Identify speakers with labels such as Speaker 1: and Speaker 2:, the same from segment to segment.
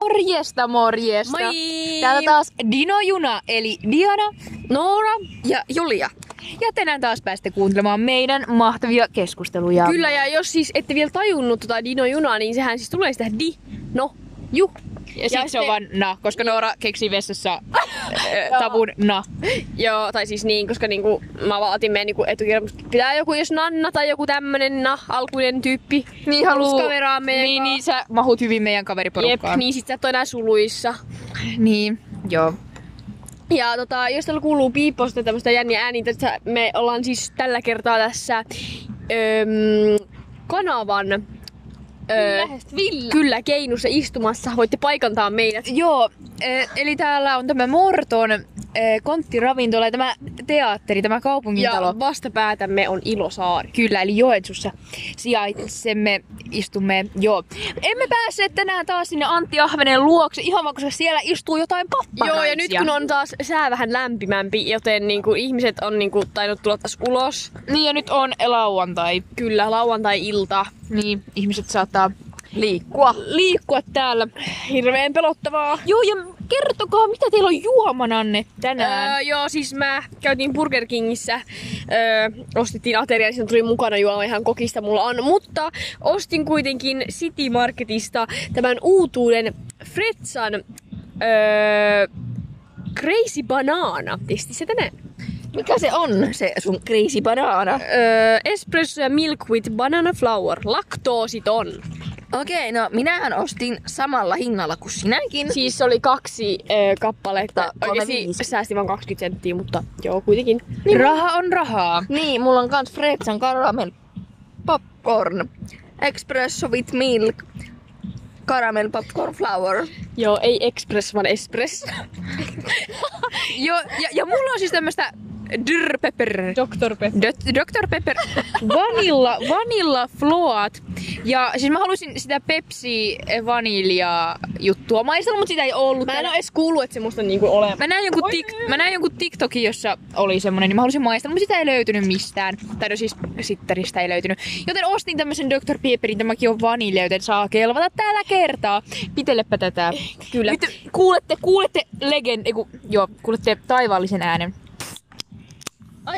Speaker 1: Morjesta, morjesta!
Speaker 2: Moi!
Speaker 1: Täällä taas Dino Juna, eli Diana, Noora.
Speaker 2: Ja Julia.
Speaker 1: Ja tänään taas päästä kuuntelemaan meidän mahtavia keskusteluja.
Speaker 2: Kyllä, ja jos siis ette vielä tajunnut tota Dino Junaa, niin sehän siis tulee sitä di, no, ju.
Speaker 1: Ja, ja se
Speaker 2: sitten-
Speaker 1: on vaan na, koska Noora keksii vessassa ö, tavun na.
Speaker 2: äh, Joo, tai siis niin, koska niinku, mä vaatin meidän niinku etukirjan, pitää joku, jos Nanna tai joku tämmönen na, alkuinen tyyppi. Kaveraa meidän
Speaker 1: Niin, niin sä mahut hyvin meidän
Speaker 2: Jep,
Speaker 1: kaveriporukkaan.
Speaker 2: niin sit sä et ole enää suluissa.
Speaker 1: niin, joo.
Speaker 2: Ja tota, jos täällä kuuluu piipposta tämmöistä jänniä ääniä, että me ollaan siis tällä kertaa tässä öm, kanavan
Speaker 1: Niin
Speaker 2: öö,
Speaker 1: Villa.
Speaker 2: kyllä keinussa istumassa. Voitte paikantaa meidät.
Speaker 1: Joo, eh, eli täällä on tämä Morton eh, konttiravintola ja tämä teatteri, tämä
Speaker 2: Ja
Speaker 1: kaupungintalo.
Speaker 2: vastapäätämme on Ilosaari.
Speaker 1: Kyllä, eli Joensuussa sijaitsemme, istumme, joo. Emme päässeet tänään taas sinne Antti Ahvenen luokse, ihan vaan koska siellä istuu jotain pappanaisia.
Speaker 2: Joo, ja nyt kun on taas sää vähän lämpimämpi, joten niin kuin ihmiset on niin kuin tainnut tulla taas ulos.
Speaker 1: Niin, ja nyt on lauantai.
Speaker 2: Kyllä, lauantai-ilta.
Speaker 1: Niin, ihmiset saattaa
Speaker 2: Liikkua.
Speaker 1: liikkua täällä.
Speaker 2: Hirveän pelottavaa.
Speaker 1: Joo, ja kertokaa, mitä teillä on juomananne tänään?
Speaker 2: Öö, joo, siis mä käytiin Burger Kingissä, öö, ostettiin ateria ja siinä tuli mukana juoma ihan kokista mulla on. Mutta ostin kuitenkin City Marketista tämän uutuuden Fretsan öö, Crazy Banana. Testi se tänään.
Speaker 3: Mikä se on, se sun kriisibanaana?
Speaker 2: Öö, espresso ja milk with banana flour. Laktoositon.
Speaker 3: Okei, no minähän ostin samalla hinnalla kuin sinäkin.
Speaker 2: Siis oli kaksi öö, kappaletta.
Speaker 3: Ta- kolme
Speaker 2: Oikeesti
Speaker 3: viisi.
Speaker 2: säästi vaan 20 senttiä, mutta joo kuitenkin.
Speaker 1: Niin, Raha on rahaa.
Speaker 3: Niin, mulla on kans Fredsan karamel popcorn. Espresso with milk. Caramel popcorn flour.
Speaker 2: Joo, ei express vaan espress.
Speaker 1: Joo, ja, ja mulla on siis tämmöstä Dr. Pepper.
Speaker 2: Dr. Pepper.
Speaker 1: Dö- Dr. Pepper vanilla, vanilla float. Ja siis mä halusin sitä Pepsi vanilja juttua maistella, mutta sitä ei ollut.
Speaker 2: Mä en
Speaker 1: täällä.
Speaker 2: oo edes kuullut, että semmoista niinku ole.
Speaker 1: Mä näin, jonkun
Speaker 2: Oi,
Speaker 1: tik, mä näin jonkun TikTokin, jossa oli semmonen, niin mä halusin maistella, mutta sitä ei löytynyt mistään. Tai no siis sitteristä ei löytynyt. Joten ostin tämmösen Dr. Pepperin, tämäkin on vanilja, joten saa kelvata tällä kertaa. Pitelepä tätä.
Speaker 2: Kyllä.
Speaker 1: Nyt kuulette, kuulette legend, eiku, joo, kuulette taivaallisen äänen.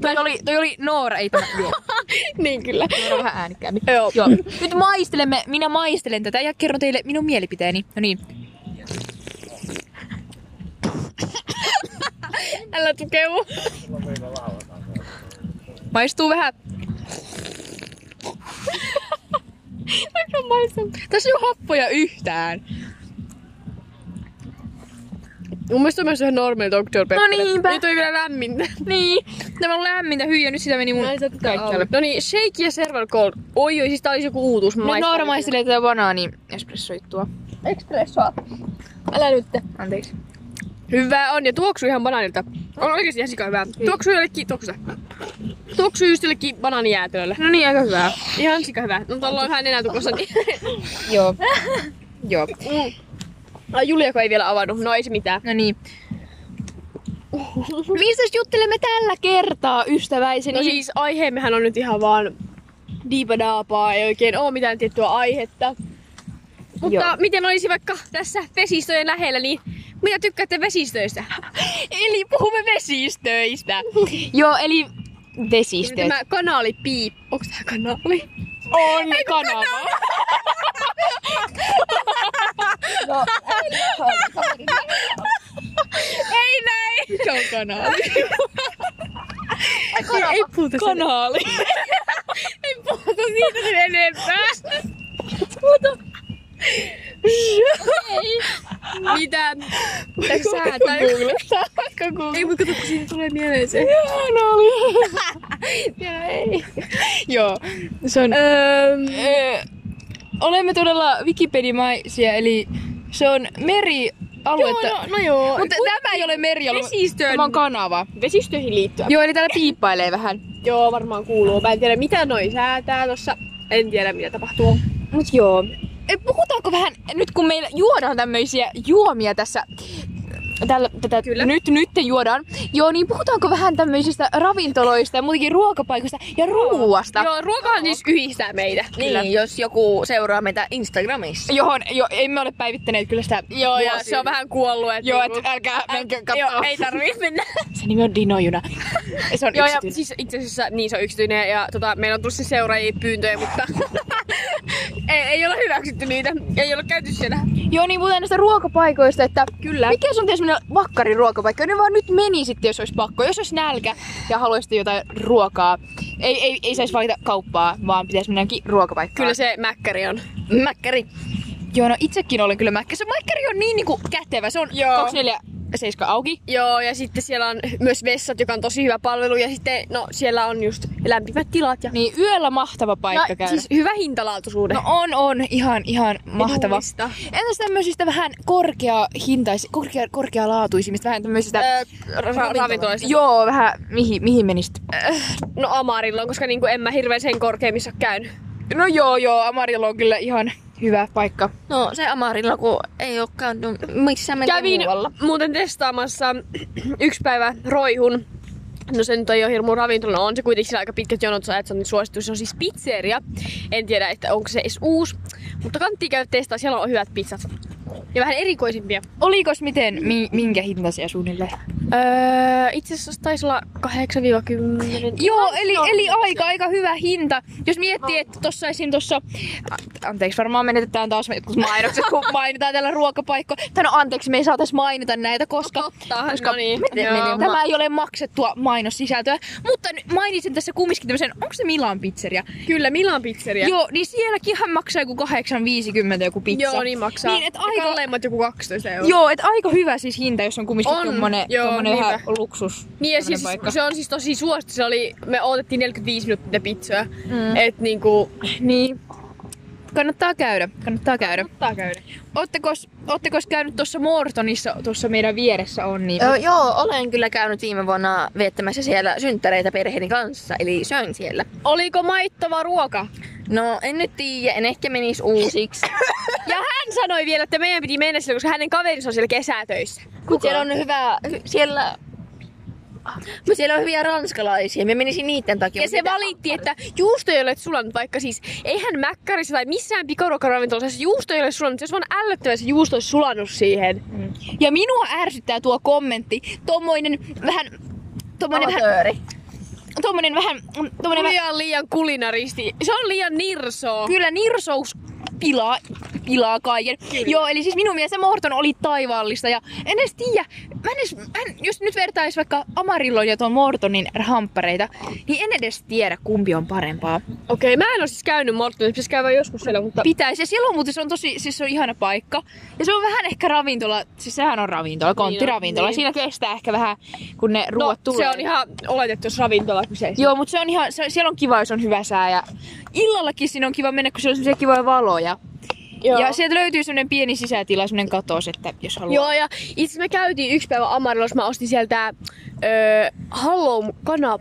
Speaker 1: toi, oli, toi oli Noora, ei tämä. Joo,
Speaker 2: niin kyllä.
Speaker 1: Noora vähän äänikkäämpi.
Speaker 2: Joo.
Speaker 1: Joo. Nyt maistelemme, minä maistelen tätä ja kerron teille minun mielipiteeni. No niin.
Speaker 2: Älä tukeu.
Speaker 1: Maistuu vähän. Tässä ei ole happoja yhtään.
Speaker 2: Mun mielestä on myös ihan normaali Dr. Pepper.
Speaker 1: No niinpä.
Speaker 2: Nyt on vielä lämmintä.
Speaker 1: Niin. Tämä on lämmintä hyy ja nyt sitä meni mun kaikkialle.
Speaker 2: No niin, shake ja server cold. Oi oi, siis tää olisi joku uutuus.
Speaker 1: Nyt Noora maistelee tätä banaani espressoittua.
Speaker 3: Espressoa.
Speaker 2: Älä nyt.
Speaker 1: Anteeksi.
Speaker 2: Hyvää on ja tuoksuu ihan banaanilta. On oikeesti ihan sika hyvää.
Speaker 1: Niin.
Speaker 2: Tuoksuu jollekin, tuoksuu sitä. Tuoksuu just jollekin banaanijäätelölle.
Speaker 1: No niin, aika hyvää.
Speaker 2: Ihan sika hyvää. No tuolla on vähän nenätukossa. Niin.
Speaker 1: Joo. Joo.
Speaker 2: Ai Julia, kun ei vielä avannut. No ei se mitään.
Speaker 1: No niin. Mistä juttelemme tällä kertaa, ystäväiseni?
Speaker 2: No siis aiheemmehän on nyt ihan vaan diipadaapaa, ei oikein oo mitään tiettyä aihetta. Mutta
Speaker 1: Joo.
Speaker 2: miten olisi vaikka tässä vesistöjen lähellä, niin mitä tykkäätte vesistöistä?
Speaker 1: eli puhumme vesistöistä. Joo, eli vesistöt.
Speaker 2: Tämä kanaali piip. Onko tää kanaali?
Speaker 1: on kanava.
Speaker 3: No,
Speaker 2: Ei näin!
Speaker 1: Se on kanaali.
Speaker 2: Ei puhuta sen.
Speaker 1: Kanaali.
Speaker 2: Ei puhuta siitä sen enempää. Puhuta. Mitä? Pitääkö säätää? Ei, mutta kato, kun siinä tulee mieleen se.
Speaker 1: Kanaali.
Speaker 2: Ja ei.
Speaker 1: Joo, se on...
Speaker 2: Öö,
Speaker 1: Öö, olemme todella Wikipedimaisia, eli se on merialuetta.
Speaker 2: Joo, no, no joo.
Speaker 1: Mutta tämä ei ole merialue.
Speaker 2: vesistöön.
Speaker 1: Tämä on kanava.
Speaker 2: vesistöihin liittyen.
Speaker 1: Joo, eli täällä piippailee vähän.
Speaker 2: Joo, varmaan kuuluu. Mä en tiedä mitä noi säätää tossa. En tiedä mitä tapahtuu.
Speaker 1: Mut joo. E, Puhutaanko vähän, nyt kun meillä juodaan tämmöisiä juomia tässä tällä, tätä
Speaker 2: Kyllä.
Speaker 1: nyt, nyt juodaan. Joo, niin puhutaanko vähän tämmöisistä ravintoloista ja muutenkin ruokapaikoista ja ruuasta?
Speaker 2: Joo, ruokahan siis yhdistää meitä.
Speaker 3: Niin, jos joku seuraa meitä Instagramissa.
Speaker 1: Johon jo, emme ole päivittäneet kyllä sitä.
Speaker 2: Joo, ja
Speaker 1: vuosiin.
Speaker 2: se on vähän kuollut. Et
Speaker 1: Joo,
Speaker 2: niinku-
Speaker 1: et äh, älkää menkää
Speaker 2: Ä- Joo,
Speaker 1: katsomaan.
Speaker 2: ei tarvii mennä.
Speaker 1: Se nimi on Dinojuna. Se on
Speaker 2: Joo, ja
Speaker 1: yksityinen.
Speaker 2: siis itse asiassa niin se on yksityinen ja tota, meillä on tullut siis seuraajia pyyntöjä, mutta ei, ei ole hyväksytty niitä. Ei ole käyty siellä.
Speaker 1: Joo, niin muuten näistä ruokapaikoista, että
Speaker 2: Kyllä.
Speaker 1: mikä sun teistä semmonen vakkari ruokapaikka? Ne vaan nyt meni sitten, jos olisi pakko. Jos olisi nälkä ja haluaisitte jotain ruokaa, ei, ei, ei saisi valita kauppaa, vaan pitäisi mennä jonkin ruokapaikkaan.
Speaker 2: Kyllä se mäkkäri on.
Speaker 3: Mäkkäri.
Speaker 1: Joo, no itsekin olen kyllä mäkkä. Se mäkkäri on niin niinku kätevä. Se on
Speaker 2: Joo.
Speaker 1: 247 auki.
Speaker 2: Joo, ja sitten siellä on myös vessat, joka on tosi hyvä palvelu. Ja sitten, no siellä on just lämpimät tilat ja...
Speaker 1: Niin yöllä mahtava paikka
Speaker 2: ja
Speaker 1: käydä.
Speaker 2: siis hyvä hintalaatuisuuden.
Speaker 1: No on, on. Ihan, ihan mahtava.
Speaker 2: Edullista.
Speaker 1: Entäs tämmöisistä vähän korkea hintais, korkea, korkealaatuisimmista, vähän tämmöisistä...
Speaker 2: Öö, ra- ravintoloista.
Speaker 1: Joo, vähän mihin, mihin menisit?
Speaker 2: No Amarilloon, koska niinku en mä hirveän sen korkeimmissa ole käynyt.
Speaker 1: No joo, joo, Amarilla on kyllä ihan hyvä paikka.
Speaker 3: No se Amarilla, kun ei ole käynyt missään mennä
Speaker 2: Kävin
Speaker 3: muualla.
Speaker 2: muuten testaamassa yksi päivä roihun. No se nyt ei ole hirmu ravintola, no on se kuitenkin siellä aika pitkät jonot, sä et, se on niin suosittu. Se on siis pizzeria. En tiedä, että onko se edes uusi. Mutta kannattaa käydä testaa, siellä on hyvät pizzat. Ja vähän erikoisimpia.
Speaker 1: Olikos miten, mi, minkä hintaisia suunnilleen?
Speaker 2: Öö, itse asiassa taisi olla 8-10.
Speaker 1: Joo, eli, eli aika, aika hyvä hinta. Jos miettii, että tossa esim. tossa... A- Anteeksi, varmaan menetetään taas jotkut mainokset, kun mainitaan täällä ruokapaikko. Tai no anteeksi, me ei saatais mainita näitä, koska...
Speaker 2: Totta, no niin.
Speaker 1: Miten
Speaker 2: Joo.
Speaker 1: menee? Tämä ei ole maksettua mainossisältöä, mutta nyt mainitsin tässä kumminkin tämmöisen, onko se Milan pizzeria?
Speaker 2: Kyllä, Milan pizzeria.
Speaker 1: Joo, niin sielläkin hän maksaa joku 8,50 joku pizza.
Speaker 2: Joo, niin maksaa.
Speaker 1: Niin, et
Speaker 2: Ja
Speaker 1: aika-
Speaker 2: Kalleimmat joku 12 euroa.
Speaker 1: Joo, et aika hyvä siis hinta, jos on kumminkin
Speaker 2: On,
Speaker 1: tommonen,
Speaker 2: joo,
Speaker 1: tommonen ihan
Speaker 2: niinpä.
Speaker 1: luksus.
Speaker 2: Niin ja
Speaker 1: tommonen
Speaker 2: siis,
Speaker 1: paikka.
Speaker 2: se on siis tosi suosittu. Se oli, me odotettiin 45 minuuttia niitä pizzoja. Mm. Et niinku...
Speaker 1: Niin. Kannattaa käydä, kannattaa käydä.
Speaker 2: Ottaa käydä.
Speaker 1: Oottekos, oottekos käynyt tuossa Mortonissa, tuossa meidän vieressä on, niin
Speaker 3: Ö, joo, olen kyllä käynyt viime vuonna viettämässä siellä synttäreitä perheeni kanssa, eli söin siellä.
Speaker 2: Oliko maittava ruoka?
Speaker 3: No en nyt tiedä, en ehkä menisi uusiksi.
Speaker 2: Ja hän sanoi vielä, että meidän piti mennä sille, koska hänen kaverinsa on siellä kesätöissä.
Speaker 3: Kun siellä on hyvä, hy, siellä... Ah. Mut siellä on hyviä ranskalaisia, me menisin niiden takia.
Speaker 2: Ja
Speaker 3: mut
Speaker 2: se
Speaker 3: mitä-
Speaker 2: valitti, että juusto ei ole sulanut, vaikka siis eihän mäkkärissä tai missään pikaruokaravintolassa jos juusto ei ole sulanut. Se olisi vaan ällöttävä, se juusto olisi sulanut siihen.
Speaker 1: Ja minua ärsyttää tuo kommentti, tommoinen vähän... Tommonen vähän,
Speaker 3: Amatööri.
Speaker 1: tommonen vähän, tommonen vähän,
Speaker 2: Liian liian kulinaristi. Se on liian nirsoo.
Speaker 1: kyllä nirsous pilaa, pilaa kaiken. Kyllä. Joo, eli siis minun mielestä Morton oli taivaallista ja en edes tiedä, mä en edes, mä en, jos nyt vertais vaikka Amarillon ja tuon Mortonin hamppareita, niin en edes tiedä kumpi on parempaa.
Speaker 2: Okei, mä en ole siis käynyt Mortonissa, pitäisi käydä joskus siellä, mutta...
Speaker 1: Pitäisi. Ja siellä on muuten, se on tosi, siis se on ihana paikka. Ja se on vähän ehkä ravintola, siis sehän on ravintola, konttiravintola.
Speaker 2: niin.
Speaker 1: Siinä kestää ehkä vähän, kun ne ruoat
Speaker 2: no,
Speaker 1: tulee.
Speaker 2: se on ihan oletettu, jos ravintola kyseessä.
Speaker 1: Joo, mutta se on ihan, se, siellä on kiva, jos on hyvä sää. Ja illallakin siinä on kiva mennä, kun siellä on semmoisia kivoja valoja. Joo. Ja sieltä löytyy semmoinen pieni sisätila, semmoinen katos, että jos haluaa.
Speaker 2: Joo, ja itse me käytiin yksi päivä Amarillos, mä ostin sieltä öö, Halloween kana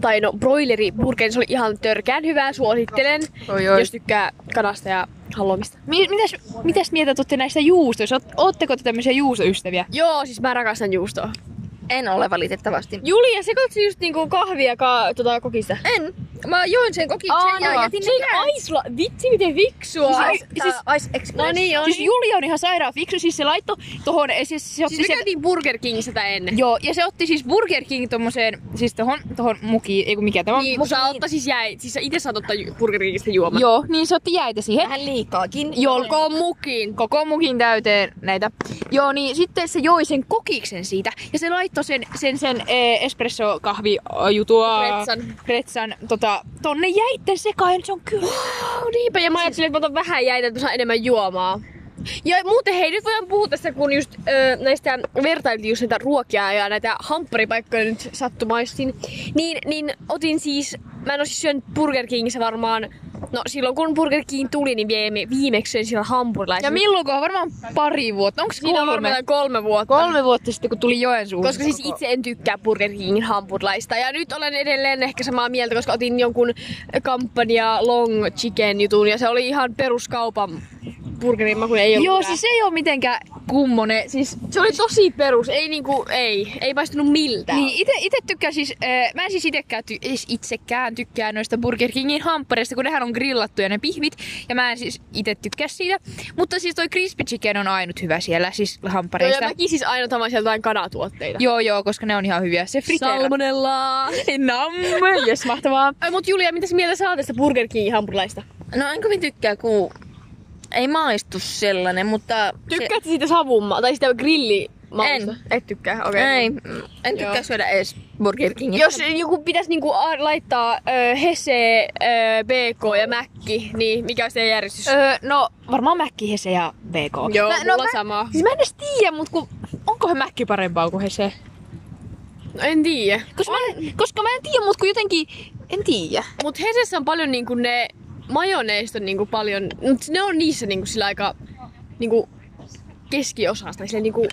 Speaker 2: tai no broileri burgeri, se oli ihan törkään hyvää, suosittelen,
Speaker 3: Oi, oi.
Speaker 2: jos tykkää kanasta ja Halloweenista.
Speaker 1: Mi- mitäs, mitäs mieltä olette näistä juustoista? Oot- Ootteko te tämmöisiä juustoystäviä?
Speaker 2: Joo, siis mä rakastan juustoa.
Speaker 3: En ole valitettavasti.
Speaker 2: Julia, se kotsi just niinku kahvia ka, tota, kokista.
Speaker 3: En. Mä join sen kokiksen ja jätin ne
Speaker 2: se
Speaker 3: jää.
Speaker 2: ai sulla, vitsi miten fiksua.
Speaker 1: Siis-
Speaker 3: Tää Ice Express.
Speaker 2: no niin, on.
Speaker 1: Siis
Speaker 2: Siis,
Speaker 1: Julia on ihan sairaan fiksu, siis se laittoi tohon, siis se otti
Speaker 2: siis me
Speaker 1: sen-
Speaker 2: käytiin Burger Kingissä tätä ennen.
Speaker 1: Joo, ja se otti siis Burger King tommoseen, siis tohon, tohon mukiin, ei kun mikä tämä on.
Speaker 2: Niin, kun
Speaker 1: muki-
Speaker 2: sä ottaa siis jäi, siis sä itse saat ottaa ju- Burger Kingistä juoman.
Speaker 1: Joo, niin se otti jäitä siihen.
Speaker 3: Vähän liikaakin.
Speaker 1: Joo,
Speaker 2: Olkoon mukiin.
Speaker 1: koko mukin täyteen näitä. Joo, niin sitten se joi sen kokiksen siitä ja se laittoi sen, sen, sen eh, espresso-kahvijutua
Speaker 2: Pretsan.
Speaker 1: pretsan tota, tonne jäitten sekaan, se on kyllä.
Speaker 2: Oh, niinpä, ja mä
Speaker 1: Siis-
Speaker 2: ajattelin, että mä otan vähän jäitä, että mä saan enemmän juomaa. Ja muuten hei, nyt voidaan puhua tästä, kun just ö, näistä vertailtiin just näitä ruokia ja näitä hampparipaikkoja nyt sattumaistin. Niin, niin otin siis, mä en oo siis syönyt Burger Kingissä varmaan, no silloin kun Burger King tuli, niin viime, viimeksi söin siellä hampurilaisia.
Speaker 1: Ja milloinkohan varmaan pari vuotta, onko
Speaker 2: Siinä on
Speaker 1: kolme?
Speaker 2: varmaan kolme vuotta.
Speaker 1: Kolme vuotta sitten, kun tuli Joensuuhun.
Speaker 2: Koska siis itse en tykkää Burger Kingin hampurilaista. Ja nyt olen edelleen ehkä samaa mieltä, koska otin jonkun kampanja long chicken jutun ja se oli ihan peruskaupan burgerin maku ja ei ollut
Speaker 1: Joo,
Speaker 2: hyvä.
Speaker 1: siis se ei ole mitenkään kummonen. Siis
Speaker 2: Se oli tosi perus, ei niinku, ei, ei maistunut miltään.
Speaker 1: Niin, ite, ite tykkään siis, äh, mä en siis itekään, ty- edes itsekään tykkää noista Burger Kingin hamppareista, kun nehän on grillattuja ne pihvit, ja mä en siis ite tykkää siitä. Mutta siis toi crispy chicken on ainut hyvä siellä, siis
Speaker 2: Joo, ja
Speaker 1: hamppareista.
Speaker 2: mäkin siis aina tamaan sieltä jotain kanatuotteita.
Speaker 1: Joo, joo, koska ne on ihan hyviä. Se friteera.
Speaker 2: Salmonellaa.
Speaker 1: Nam, jes mahtavaa.
Speaker 2: Ai, mut Julia, mitäs mieltä sä oot tästä Burger Kingin hampurilaista?
Speaker 3: No en kovin tykkää, kun ei maistu sellainen, mutta... se-
Speaker 2: Tykkäätkö siitä savummaa tai sitä grilli?
Speaker 3: En.
Speaker 2: Et tykkää, okei.
Speaker 3: Ei, mm, en tykkää
Speaker 2: Joo.
Speaker 3: syödä edes Burger Kingiä.
Speaker 2: Niin. Jos joku pitäisi niinku a- laittaa ö, Hese, ö, BK ja Mäkki, niin mikä olisi teidän järjestys?
Speaker 1: Öö, no, varmaan Mäkki, Hese ja BK.
Speaker 2: Joo,
Speaker 1: mä, no,
Speaker 2: mulla
Speaker 1: mä,
Speaker 2: sama.
Speaker 1: Siis mä en edes tiedä, mut kun, onkohan Mäkki parempaa kuin Hese?
Speaker 2: No, en tiedä.
Speaker 1: Koska, mä, en- koska mä en tiedä, mut kun jotenkin, en tiedä.
Speaker 2: Mut Hesessä on paljon niinku ne majoneista niinku paljon, mut ne on niissä niinku sillä aika niinku keskiosasta. Tai sillä niinku,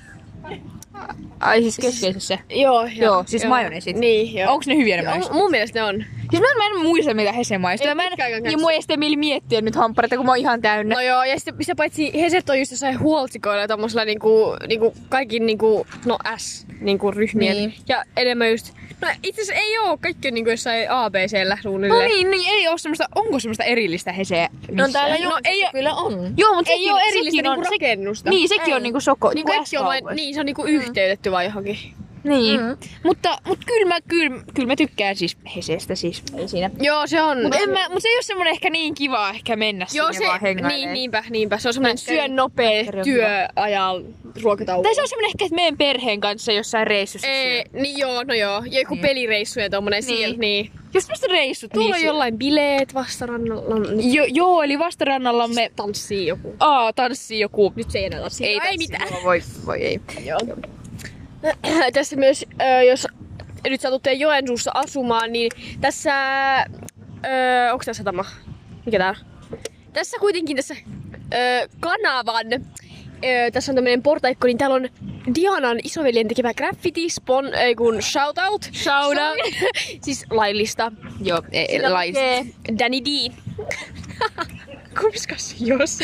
Speaker 1: Ai siis keskeisessä.
Speaker 2: joo,
Speaker 1: Joo, siis majoneesit.
Speaker 2: Niin, joo.
Speaker 1: Onks ne hyviä ne
Speaker 2: Joo,
Speaker 1: maistuu?
Speaker 2: mun mielestä ne on.
Speaker 1: Siis mä en, mä en muista mitä Hese maistuu.
Speaker 2: Ei
Speaker 1: Ja mä en,
Speaker 2: pitkäänkään
Speaker 1: ja
Speaker 2: kanssa.
Speaker 1: mua Niin ei sitten mieli miettiä nyt hampparita, kun mä oon ihan täynnä.
Speaker 2: No joo, ja sitten sitä paitsi Heset on just jossain huoltsikoilla ja tommosilla niinku, niinku kaikki niinku, no S niinku ryhmien.
Speaker 3: Niin.
Speaker 2: Niin. Ja enemmän just, no itse asiassa ei oo, kaikki on niinku jossain ABCllä
Speaker 1: No
Speaker 2: suunnilleen.
Speaker 1: niin, niin ei oo semmoista, onko semmoista erillistä Heseä
Speaker 3: No
Speaker 1: missään?
Speaker 3: täällä
Speaker 2: No,
Speaker 3: no,
Speaker 2: ei
Speaker 3: ei
Speaker 2: oo-
Speaker 3: kyllä on.
Speaker 1: Joo, mutta
Speaker 2: ei oo erillistä niinku rakennusta.
Speaker 1: Niin, sekin
Speaker 3: Ei.
Speaker 1: on niinku Mm. soko.
Speaker 2: Niin
Speaker 1: Niinku
Speaker 2: kaikki on vain, niin se on niinku yhteytetty vaan johonkin.
Speaker 1: Niin.
Speaker 3: Mm.
Speaker 1: Mutta, mutta kyllä, mä, kyllä, kyllä mä tykkään siis Hesestä siis. Ei siinä.
Speaker 2: Joo, se on.
Speaker 1: Mutta mut se ei ole semmonen ehkä niin kiva ehkä mennä
Speaker 2: Joo,
Speaker 1: sinne
Speaker 2: se,
Speaker 1: vaan hengailemaan.
Speaker 2: niin, niinpä, niinpä. Se on semmoinen
Speaker 1: Päkkäri-
Speaker 2: syön nopea
Speaker 1: päkkäri on
Speaker 2: työajan ruokatauko.
Speaker 1: Tai se on semmonen ehkä, että meidän perheen kanssa jossain reissussa.
Speaker 2: Ei,
Speaker 1: Ei.
Speaker 2: niin joo, no joo. Ja joku
Speaker 1: Niin.
Speaker 2: pelireissu ja tommonen
Speaker 1: Niin.
Speaker 2: sieltä, niin.
Speaker 1: Just semmoista reissut.
Speaker 2: Tuolla on
Speaker 1: niin,
Speaker 2: jollain bileet vastarannalla.
Speaker 1: se- jo, joo, eli vastarannallamme
Speaker 2: Me tanssii joku.
Speaker 1: Aa, tanssii joku.
Speaker 2: Nyt se ei enää tanssi.
Speaker 1: Ei,
Speaker 2: No,
Speaker 1: tanssi.
Speaker 2: ei mitään.
Speaker 3: Siis Voi, voi ei.
Speaker 2: Joo. tässä myös, ö, jos nyt satutte Joensuussa asumaan, niin tässä... Ö, onks tässä satama? Mikä tää on? Tässä kuitenkin tässä ö, kanavan, ö, tässä on tämmönen portaikko, niin täällä on Dianan isoveljen tekemä graffiti, spon, ei kun shoutout.
Speaker 1: Shoutout.
Speaker 2: siis laillista.
Speaker 1: Joo, e, ei,
Speaker 2: Sillä
Speaker 1: lais.
Speaker 2: lukee Danny D. Kumskas jos.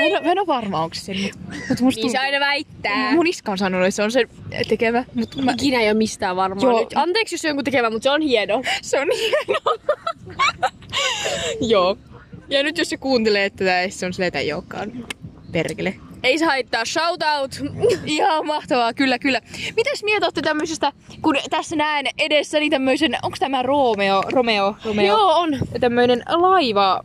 Speaker 1: Mä en, oo- mä en ole varma, onko se nyt. Mut musta
Speaker 2: niin se aina väittää.
Speaker 1: Mun iska on sanonut, että se on se tekemä.
Speaker 2: Hmm.
Speaker 1: Mut mä...
Speaker 2: Ikinä ei ole mistään varmaan
Speaker 1: Joo.
Speaker 2: Joo. nyt. Anteeksi, jos se on jonkun tekevä, mutta se on hieno.
Speaker 1: Se on hienoa. Joo. Ja nyt jos se kuuntelee tätä, ei se on silleen, että ei olekaan. Perkele.
Speaker 2: Ei saa haittaa, shout out.
Speaker 1: Ihan mahtavaa, kyllä, kyllä. Mitäs mieltä olette tämmöisestä, kun tässä näen edessäni tämmöisen, onko tämä Romeo, Romeo, Romeo?
Speaker 2: Joo, on.
Speaker 1: Tämmöinen laiva,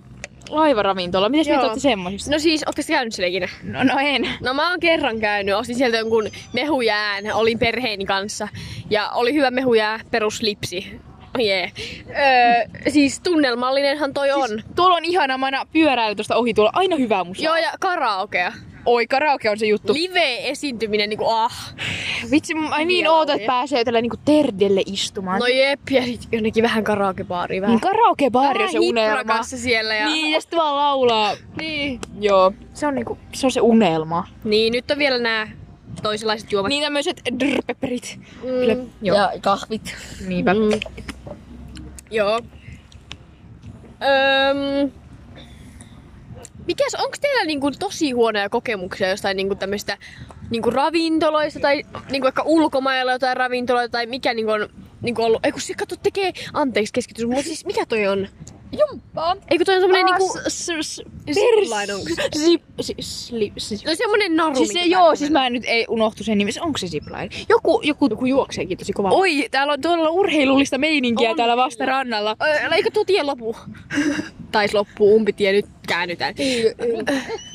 Speaker 1: laivaravintola. Mitäs
Speaker 2: Joo.
Speaker 1: mieltä olette semmoisista?
Speaker 2: No siis, ootteko te käynyt siellä ikinä?
Speaker 1: No, no en.
Speaker 2: No mä oon kerran käynyt, ostin sieltä jonkun mehujään, olin perheeni kanssa. Ja oli hyvä mehujää, peruslipsi. Oh yeah. öö, siis tunnelmallinenhan toi on.
Speaker 1: Tuolla on ihana, mä aina pyöräilen tuosta ohi tuolla. Aina hyvää musaa.
Speaker 2: Joo, ja karaokea.
Speaker 1: Oi, karaoke on se juttu.
Speaker 2: Live-esiintyminen, niinku ah.
Speaker 1: Vitsi, mä ai niin
Speaker 2: Vielä
Speaker 1: outo, että
Speaker 2: oli.
Speaker 1: pääsee tällä niinku terdelle istumaan.
Speaker 2: No jep, ja sit jonnekin vähän karaokebaariin.
Speaker 1: niin
Speaker 2: Vähän,
Speaker 1: karaokebaari on se unelma.
Speaker 2: hiprakassa siellä. Ja...
Speaker 1: Niin, ja sitten vaan laulaa.
Speaker 2: niin.
Speaker 1: Joo. Se on niinku, se on se unelma.
Speaker 2: Niin, nyt on vielä nämä toisenlaiset juomat.
Speaker 1: Niin tämmöiset drpeperit.
Speaker 2: Kyllä.
Speaker 1: Kyllä. Joo.
Speaker 3: Ja kahvit.
Speaker 1: Niinpä.
Speaker 2: Mm. Joo. Öm, mikäs, onks teillä niinku tosi huonoja kokemuksia jostain niinku tämmöistä niinku ravintoloista tai niinku vaikka ulkomailla jotain ravintoloita tai mikä niinku on niinku ollut, ei kun se katso tekee, anteeksi keskitys, mutta siis mikä toi on?
Speaker 3: Jumppaa.
Speaker 2: Eikö toi on semmonen niinku, Zipline onks?
Speaker 1: Zipline
Speaker 2: no semmonen naru.
Speaker 1: Siis se
Speaker 2: minkä
Speaker 1: joo,
Speaker 2: päälle
Speaker 1: siis
Speaker 2: menee.
Speaker 1: mä en nyt ei unohtu sen nimessä. Onko se zipline? Joku, joku... Joku juokseekin tosi kova. Oi, täällä on todella urheilullista meininkiä
Speaker 2: On
Speaker 1: täällä
Speaker 2: kyllä.
Speaker 1: vastarannalla.
Speaker 2: Ö, eikö tuo tie lopu? Tais loppuu, umpi tie, nyt käännytään.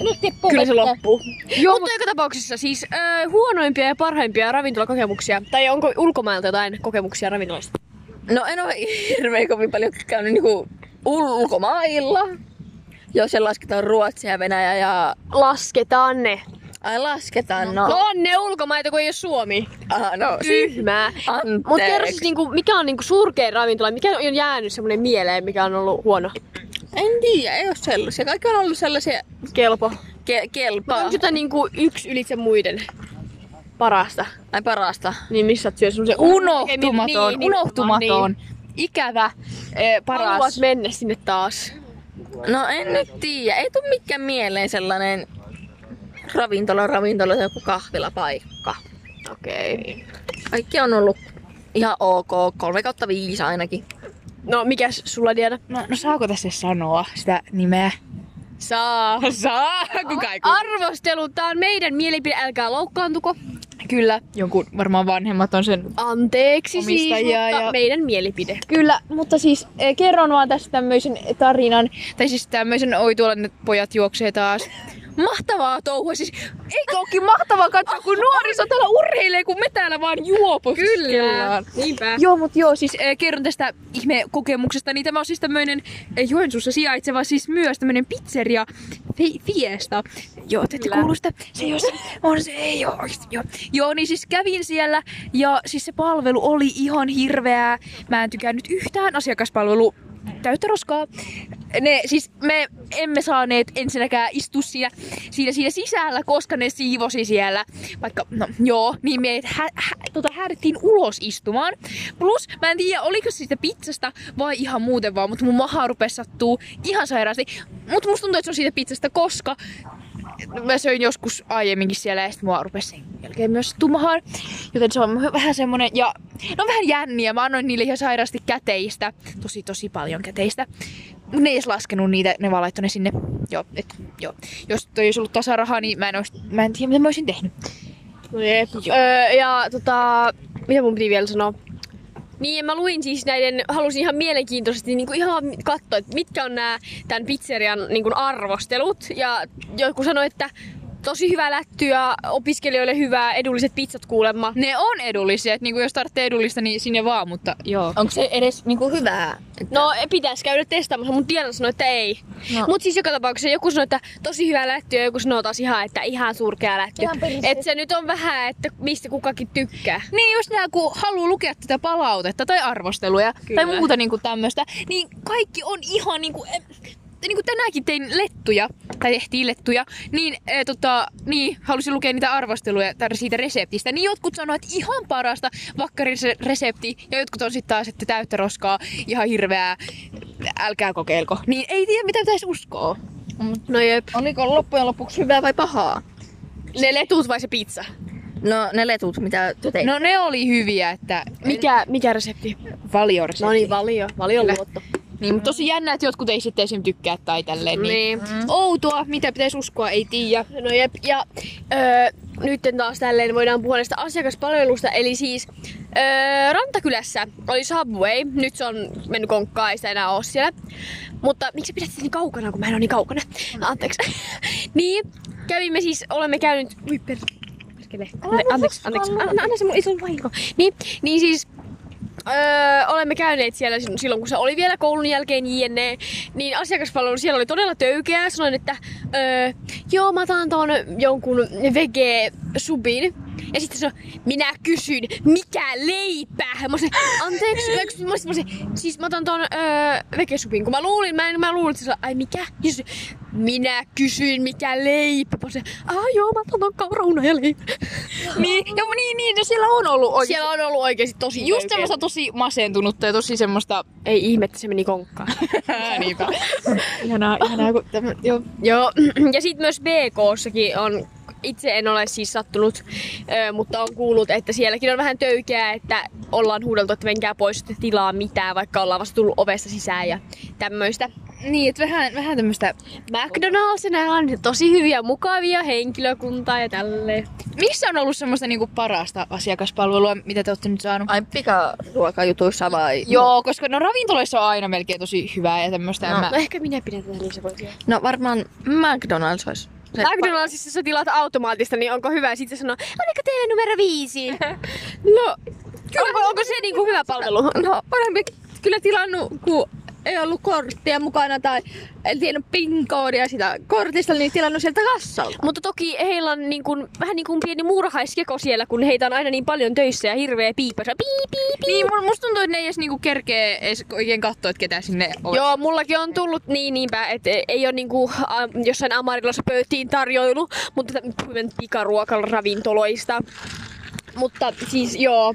Speaker 3: Nyt tippuu
Speaker 2: Kyllä se loppuu.
Speaker 1: Joo,
Speaker 2: Joo, mutta joka tapauksessa siis äh, huonoimpia ja parhaimpia ravintolakokemuksia. Tai onko ulkomailta jotain kokemuksia ravintoloista?
Speaker 3: No en ole hirveän kovin paljon käynyt niinku ulkomailla. Jos se lasketaan Ruotsia ja Venäjä ja...
Speaker 2: Lasketaan ne.
Speaker 3: Ai lasketaan,
Speaker 2: No
Speaker 3: no.
Speaker 2: on ne ulkomaita, kun ei ole Suomi.
Speaker 3: Aha, no.
Speaker 2: Tyhmää.
Speaker 3: Anteeksi.
Speaker 2: Mutta kerro siis, niinku, mikä on niinku surkein ravintola, mikä on jäänyt semmonen mieleen, mikä on ollut huono?
Speaker 3: En tiedä, ei ole sellaisia. Kaikki on ollut sellaisia
Speaker 2: Kelpo.
Speaker 3: ke- kelpaa.
Speaker 2: Mutta
Speaker 1: No,
Speaker 2: onko jotain niinku yksi ylitse muiden parasta?
Speaker 3: Ai parasta.
Speaker 2: Niin missä oot syönyt semmosen
Speaker 1: Unohtumaton,
Speaker 2: Niin, niin,
Speaker 1: unohtumaton.
Speaker 2: Niin.
Speaker 1: Ikävä, eh,
Speaker 2: Paras. Haluat
Speaker 1: paras.
Speaker 2: mennä sinne taas.
Speaker 3: No en nyt tiedä. Ei tuu mikään mieleen sellainen ravintola, ravintola, joku kahvilapaikka.
Speaker 2: Okei. Okay.
Speaker 3: Kaikki on ollut ihan ok, 3 kautta 5 ainakin.
Speaker 2: No, mikäs sulla Diana?
Speaker 1: No, no saako tässä sanoa sitä nimeä?
Speaker 2: Saa.
Speaker 1: Saa, kuka ei kuule.
Speaker 2: Arvostelu, tää on meidän mielipide, älkää loukkaantuko.
Speaker 1: Kyllä, jonkun varmaan vanhemmat on sen
Speaker 2: Anteeksi siis,
Speaker 1: Omistajaa
Speaker 2: mutta
Speaker 1: ja-
Speaker 2: meidän mielipide.
Speaker 1: Kyllä, mutta siis eh, kerron vaan tästä tämmöisen tarinan. Tai siis tämmöisen, oi tuolla ne pojat juoksee taas. Mahtavaa touhua, siis eikö ookin mahtavaa katsoa, kun nuoriso täällä urheilee, kun me täällä vaan juoposkellaan.
Speaker 2: Niinpä.
Speaker 1: Joo, mutta joo, siis eh, kerron tästä ihme kokemuksesta. Niin tämä on siis tämmöinen eh, Joensuussa sijaitseva siis myös tämmöinen pizzeria fi- Fiesta. Joo, te ette
Speaker 2: Kyllä.
Speaker 1: kuulu sitä. Se jos on se, ei oo oikeesti, joo. Joo, niin siis kävin siellä ja siis se palvelu oli ihan hirveää. Mä en tykännyt yhtään asiakaspalvelu täyttä roskaa. Ne, siis me emme saaneet ensinnäkään istua siinä, siinä, siinä sisällä, koska ne siivosi siellä. Vaikka, no joo, niin meidät hä, hä, tota, häädettiin ulos istumaan. Plus, mä en tiedä, oliko se siitä pizzasta vai ihan muuten vaan, mutta mun maha rupesi sattuu ihan sairaasti. Mutta musta tuntuu, että se on siitä pizzasta, koska mä söin joskus aiemminkin siellä ja sitten mua rupesi sen jälkeen myös tumahaan. Joten se on vähän semmonen, ja ne on vähän jänniä. Mä annoin niille ihan sairaasti käteistä, tosi tosi paljon käteistä. Mut ne ei edes laskenut niitä, ne vaan laittoi ne sinne. Joo, et, joo. Jos toi olisi ollut tasarahaa, niin mä en, ois, mä en tiedä mitä mä olisin tehnyt.
Speaker 2: No jep. Öö, ja tota, mitä mun piti vielä sanoa? Niin, mä luin siis näiden, halusin ihan mielenkiintoisesti niin kuin ihan katsoa, että mitkä on nämä tämän pizzerian niin kuin arvostelut. Ja joku sanoi, että tosi hyvä lätty ja opiskelijoille hyvää, edulliset pizzat kuulemma.
Speaker 1: Ne on edullisia, että niinku jos tarvitsee edullista, niin sinne vaan, mutta joo.
Speaker 3: Onko se edes niinku hyvää?
Speaker 2: No pitäisi käydä testaamassa, mutta Diana sanoi, että ei. No.
Speaker 3: No.
Speaker 2: Mutta siis joka tapauksessa joku sanoi, että tosi hyvä lätty ja joku sanoi taas ihan, että ihan surkea lätty.
Speaker 3: Ihan perse.
Speaker 2: Että se nyt on vähän, että mistä kukakin tykkää.
Speaker 1: Niin, jos nää kun haluaa lukea tätä palautetta tai arvosteluja
Speaker 2: Kyllä.
Speaker 1: tai muuta niinku tämmöstä, niin kaikki on ihan niinku... em, Niin kuin tänäänkin tein lettuja, tai tehtiin lettuja, niin, e, tota, niin halusin lukea niitä arvosteluja tai siitä reseptistä. Niin jotkut sanoivat, että ihan parasta vakkarin se resepti, ja jotkut on sitten taas, että täyttä roskaa, ihan hirveää, älkää kokeilko. Niin ei tiedä, mitä pitäisi uskoa.
Speaker 2: No jep.
Speaker 3: Oliko loppujen lopuksi hyvää vai pahaa?
Speaker 2: Ne letut vai se pizza?
Speaker 3: No ne letut, mitä te teit.
Speaker 1: No ne oli hyviä, että
Speaker 2: Mikä, mikä resepti?
Speaker 1: valioresepti.
Speaker 2: No niin, valio. Valion
Speaker 1: Kyllä.
Speaker 2: luotto.
Speaker 1: Niin, mutta tosi jännä, että jotkut ei sitten esim. tykkää tai tälleen. Niin.
Speaker 2: Niin.
Speaker 1: Outoa, mitä pitäisi uskoa, ei tiedä.
Speaker 2: No jep, ja öö, nyt taas tälleen voidaan puhua näistä asiakaspalvelusta, eli siis öö, Rantakylässä oli Subway, nyt se on mennyt konkkaan, ei sitä enää oo siellä. Mutta miksi sä pidät sitä niin kaukana, kun mä en oo niin kaukana? Anteeksi. niin, kävimme siis, olemme käynyt... Ui per... Perkele. Anteeksi, anteeksi, anteeksi. Anna, anna se mun ison vahinko. Niin, niin siis Öö, olemme käyneet siellä sin- silloin, kun se oli vielä koulun jälkeen jne. Niin asiakaspalvelu siellä oli todella töykeää. Sanoin, että öö, joo, mä otan tuon jonkun vege-subin. Ja sitten se on, minä kysyn, mikä leipä? Mä sanoin, anteeksi, anteeksi, mä, sanoin, siis mä otan tuon öö, vege-subin. Kun mä luulin, mä, en- mä luulin, että se on, ai mikä? Ja se, minä kysyin, mikä leipä? Mä sanoin, aa joo, mä otan tuon kaurauna ja leipä.
Speaker 1: Niin, ja niin, niin, no siellä on ollut oikein.
Speaker 2: Siellä on ollut oikeasti tosi
Speaker 1: Just
Speaker 2: töykeää.
Speaker 1: semmoista tosi masentunutta ja tosi semmoista...
Speaker 2: Ei ihme, että se meni konkkaan.
Speaker 1: Niinpä. ihanaa, ihanaa, kun tämä, joo.
Speaker 2: Joo, ja sitten myös BKssakin on, itse en ole siis sattunut, ö, mutta on kuullut, että sielläkin on vähän töykeää, että ollaan huudeltu, että menkää pois, että tilaa mitään, vaikka ollaan vasta tullut ovesta sisään ja tämmöistä.
Speaker 1: Niin, että vähän, vähän tämmöistä...
Speaker 2: McDonald's nämä on tosi hyviä, mukavia henkilökuntaa ja tälleen.
Speaker 1: Missä on ollut semmoista niinku parasta asiakaspalvelua, mitä te olette nyt saanut?
Speaker 3: Ai pikaruokajutuissa vai?
Speaker 1: Joo, koska no ravintoloissa on aina melkein tosi hyvää ja tämmöistä.
Speaker 3: No,
Speaker 1: No, mä...
Speaker 2: No ehkä minä pidän tätä, niin se voi tehdä.
Speaker 3: No varmaan McDonald's olisi. Se
Speaker 2: McDonald'sissa siis sä tilaat automaattista, niin onko hyvä? Sitten se sanoo, oliko teille numero viisi? no, onko, onko se niinku hyvä palvelu?
Speaker 3: No, parempi kyllä tilannut, kun ei ollut korttia mukana tai en tiennyt PIN-koodia sitä kortista, niin tilannut sieltä kassalta.
Speaker 2: Mutta toki heillä on niin kuin, vähän niin kuin pieni muurahaiskeko siellä, kun heitä on aina niin paljon töissä ja hirveä piippa. Se on pii, pii, pii.
Speaker 1: Niin, mu- musta tuntuu, että ne ei edes niinku kerkee edes oikein katsoa, että ketä sinne on.
Speaker 2: Joo, mullakin on tullut niin niinpä, että ei ole niinku, a, jossain Amarilossa pöytiin tarjoilu, mutta puhuin pikaruokalla ravintoloista. Mutta siis joo,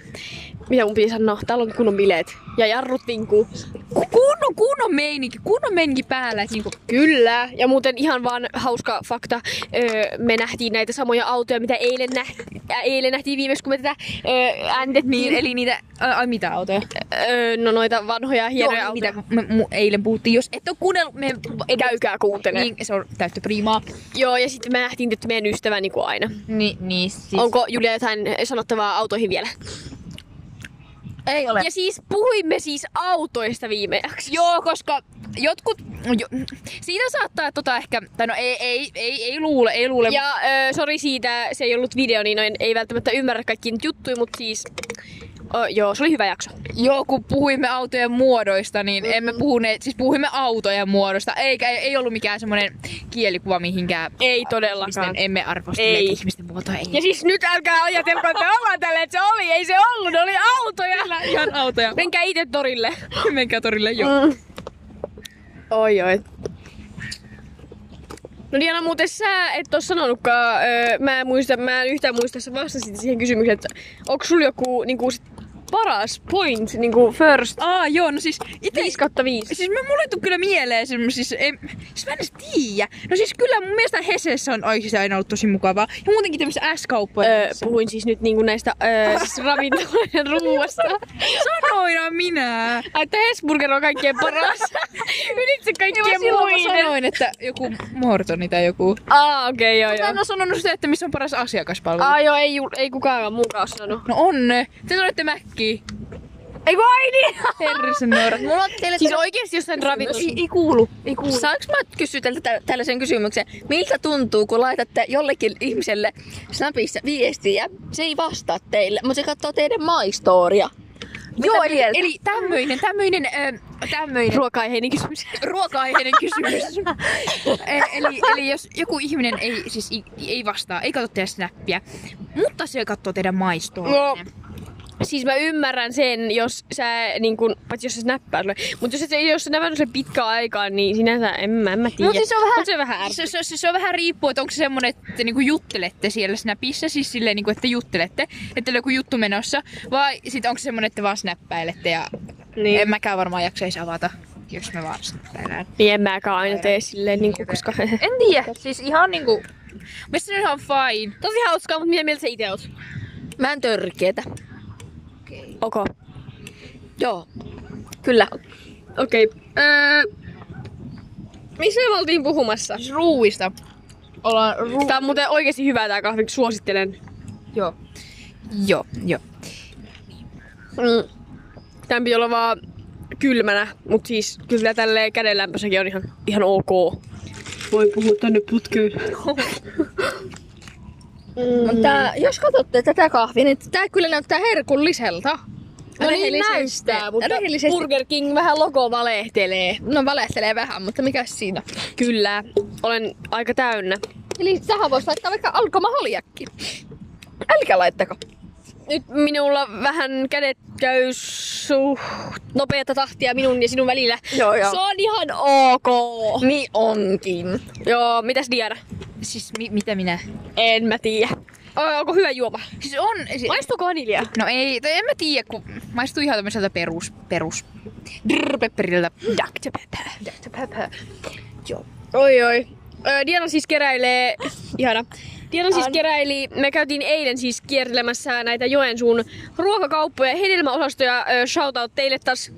Speaker 2: Mitä mun piti sanoa? Täällä on kunnon bileet. Ja jarrut tinkuu.
Speaker 1: Kunnon, kunnon meininki, kunnon meininki päällä. Et niinku,
Speaker 2: Kyllä. Ja muuten ihan vaan hauska fakta. Öö, me nähtiin näitä samoja autoja, mitä eilen, nähtiin, eilen nähtiin viimeksi, kun me tätä öö, äänitettiin.
Speaker 1: niin, eli niitä, ai, ai mitä autoja?
Speaker 2: Öö, no noita vanhoja hienoja
Speaker 1: Joo, niin
Speaker 2: autoja.
Speaker 1: mitä me, mu, eilen puhuttiin, jos et oo kuunnellut, No, me
Speaker 2: Käykää kuuntelemaan.
Speaker 1: Niin, se on täyttä priimaa.
Speaker 2: Joo, ja sitten me nähtiin tietty meidän ystävä niin kuin aina.
Speaker 1: Ni, niin siis.
Speaker 2: Siis... Onko Julia jotain sanottavaa autoihin vielä?
Speaker 3: Ei ole.
Speaker 2: Ja siis puhuimme siis autoista viime jaksossa.
Speaker 1: Joo, koska jotkut... Jo, siitä saattaa, että tota ehkä... Tai no ei, ei, ei, ei luule, ei luule.
Speaker 2: Ja öö, sori siitä, se ei ollut video, niin en, ei välttämättä ymmärrä kaikki niitä juttuja, mutta siis... Ö, joo, se oli hyvä jakso.
Speaker 1: Joo, kun puhuimme autojen muodoista, niin mm. emme puhuneet... Siis puhuimme autojen muodosta, eikä ei, ei ollut mikään semmoinen kielikuva mihinkään.
Speaker 2: Ei todellakaan.
Speaker 1: Ihmisten, emme arvostelleet
Speaker 2: Ei.
Speaker 1: ihmisten muotoa, ei.
Speaker 2: Ja siis nyt älkää ajatelko, että me ollaan tällä, että se oli, ei se ollut, ne oli autoja.
Speaker 1: Ihan autoja.
Speaker 2: Menkää itse torille.
Speaker 1: Menkää torille, joo.
Speaker 2: Mm. Oi oi. No Diana, muuten sä et oo sanonutkaan, öö, mä en muista, mä en yhtään muista, sä vastasit siihen kysymykseen, että onko sulla joku niinku, sit paras point, niinku first
Speaker 1: Aa, joo, no siis itse
Speaker 2: 5 kautta 5?
Speaker 1: Siis mä, mulle ei tuu kyllä mieleen semmo- siis, en, siis mä en edes tiiä. No siis kyllä mun mielestä Hesessä on oikeesti aina ollut tosi mukavaa. Ja muutenkin tämmöisiä S-kauppoja.
Speaker 2: Öö, puhuin siis nyt niinku näistä öö, siis ravintoloiden ruuasta.
Speaker 1: Sanoina minä!
Speaker 2: Ai, Että Hesburger on kaikkein paras. Ylitse kaikkien
Speaker 1: Silloin mä
Speaker 2: muiden.
Speaker 1: sanoin, että joku Mortoni tai joku.
Speaker 2: Aa, okei, okay, joo,
Speaker 1: Mä
Speaker 2: joo.
Speaker 1: en oo sanonut sitä, että missä on paras asiakaspalvelu.
Speaker 2: Aa, joo, ei, ju- ei kukaan muukaan ole sanonut.
Speaker 1: No onne. Te sanoitte mäkkiä.
Speaker 2: Ei kun ai niin!
Speaker 1: Herrisen nuorat.
Speaker 3: Mulla on teille
Speaker 2: Siis
Speaker 3: tällä-
Speaker 2: oikeesti jostain ravintolassa.
Speaker 1: Ei, ei kuulu. Ei kuulu.
Speaker 3: Saanko mä kysyä teiltä tä- tällaisen kysymyksen? Miltä tuntuu, kun laitatte jollekin ihmiselle Snapissa viestiä? Se ei vastaa teille, mutta se katsoo teidän maistoria.
Speaker 1: Joo, eli, eli tämmöinen, tämmöinen, ö, tämmöinen.
Speaker 2: Ruoka ei heini kysymys.
Speaker 1: ruoka-aiheinen kysymys. E- eli, eli jos joku ihminen ei, siis i- ei vastaa, ei katso teidän snappia, mutta se katsoo teidän maistoa.
Speaker 2: No, Siis mä ymmärrän sen, jos sä niin kun, paitsi jos sä snappaa sulle. Mut jos, et, jos sä nävännyt sen pitkään aikaan, niin sinänsä en mä, en mä tiedä.
Speaker 1: Mut siis se on vähän-
Speaker 2: Mut se on vähän
Speaker 1: Se, se, se, se, on vähän riippuu, että onko se semmoinen, että te niinku juttelette siellä snapissa, siis silleen, niinku, että juttelette, että teillä on joku juttu menossa, vai sit onko se semmoinen, että te vaan snappailette ja
Speaker 2: Niin.
Speaker 1: niin. en mäkään varmaan jaksaisi avata, jos me vaan snappaillaan.
Speaker 2: Niin en mäkään aina tee silleen, niin kun, koska...
Speaker 1: En tiedä, siis ihan niinku, mielestäni se on ihan fine.
Speaker 2: Tosi hauskaa, mutta mitä mieltä sä itse oot?
Speaker 3: Mä en törkeetä.
Speaker 2: Okei.
Speaker 3: Joo. Kyllä.
Speaker 2: Okei. Öö, missä me oltiin puhumassa?
Speaker 1: Siis ruuista. Ollaan ruu...
Speaker 2: Tää on muuten oikeesti hyvä tää kahvi, suosittelen.
Speaker 1: Joo. Joo, joo.
Speaker 2: Mm. Tämän piti olla vaan kylmänä, mutta siis kyllä tälleen kädenlämpösäkin on ihan, ihan ok. Voi puhua tänne putkeen.
Speaker 3: Mm. Tää, jos katsotte tätä kahvia, niin tää kyllä näyttää herkulliselta.
Speaker 2: No niin
Speaker 3: Rehellisesti.
Speaker 2: näyttää, mutta
Speaker 3: Rehellisesti.
Speaker 2: Burger King vähän logo valehtelee.
Speaker 3: No valehtelee vähän, mutta mikä siinä?
Speaker 2: Kyllä, olen aika täynnä.
Speaker 3: Eli tähän voisi laittaa vaikka alkoholiakki. Älkää laittako.
Speaker 2: Nyt minulla vähän kädet käy suht nopeata tahtia minun ja sinun välillä.
Speaker 3: Joo, joo.
Speaker 2: Se on ihan ok.
Speaker 3: Niin onkin.
Speaker 2: Joo, mitäs Diana?
Speaker 1: Siis mi- mitä minä?
Speaker 2: En mä tiedä. O- Onko hyvä juoma?
Speaker 1: Siis on... Si-
Speaker 2: Maistuuko vanilja?
Speaker 1: no ei, tai en mä tiedä, kun maistuu ihan tämmöiseltä perus... perus... Drrr, pepperiltä.
Speaker 2: Dr. Pepper.
Speaker 1: Dr. Pepper. Joo.
Speaker 2: Oi oi. Ö, Diana siis keräilee... Ihana. Diana siis
Speaker 3: An-
Speaker 2: keräili, me käytiin eilen siis kiertelemässä näitä Joensuun ruokakauppoja, hedelmäosastoja, ö, shoutout teille taas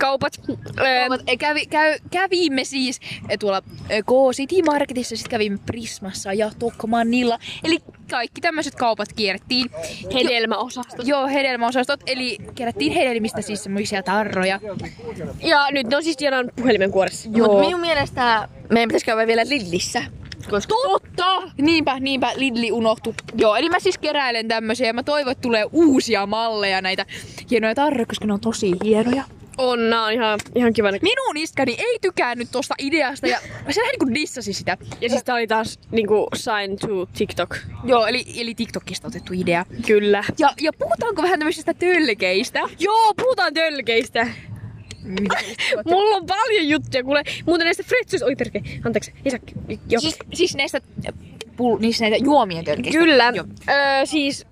Speaker 2: kaupat. Ö,
Speaker 1: Ö, eh, kävi, käy, kävimme siis ö, tuolla ö, K-City Marketissa, sitten kävimme Prismassa ja Tokmanilla. Eli kaikki tämmöiset kaupat kierrettiin.
Speaker 2: hedelmäosasto.
Speaker 1: Joo, hedelmäosastot, eli kerättiin hedelmistä siis semmoisia tarroja.
Speaker 2: Ja nyt ne on siis Dianan puhelimen kuoressa.
Speaker 3: Mutta minun mielestä meidän pitäisi käydä vielä Lillissä.
Speaker 1: Koska... Totta! Niinpä, niinpä, Lidli unohtu. Joo, eli mä siis keräilen tämmöisiä ja mä toivon, että tulee uusia malleja näitä hienoja tarroja, koska ne on tosi hienoja.
Speaker 2: On, nää on ihan, ihan kiva näkö.
Speaker 1: Minun iskäni ei tykännyt tosta ideasta ja se vähän niinku dissasi sitä.
Speaker 2: Ja siis tää oli taas niinku sign to TikTok.
Speaker 1: Joo, eli, eli TikTokista otettu idea.
Speaker 2: Kyllä.
Speaker 1: Ja, ja puhutaanko vähän tämmöisistä tylkeistä?
Speaker 2: Joo, puhutaan tölkeistä. Mulla on paljon juttuja, kuule. Muuten näistä fretsys... Oi perkele, anteeksi. Isäkki. Joo.
Speaker 1: siis, siis näistä, pul, niistä näitä juomien tölkeistä.
Speaker 2: Kyllä.
Speaker 1: Joo.
Speaker 2: Öö, siis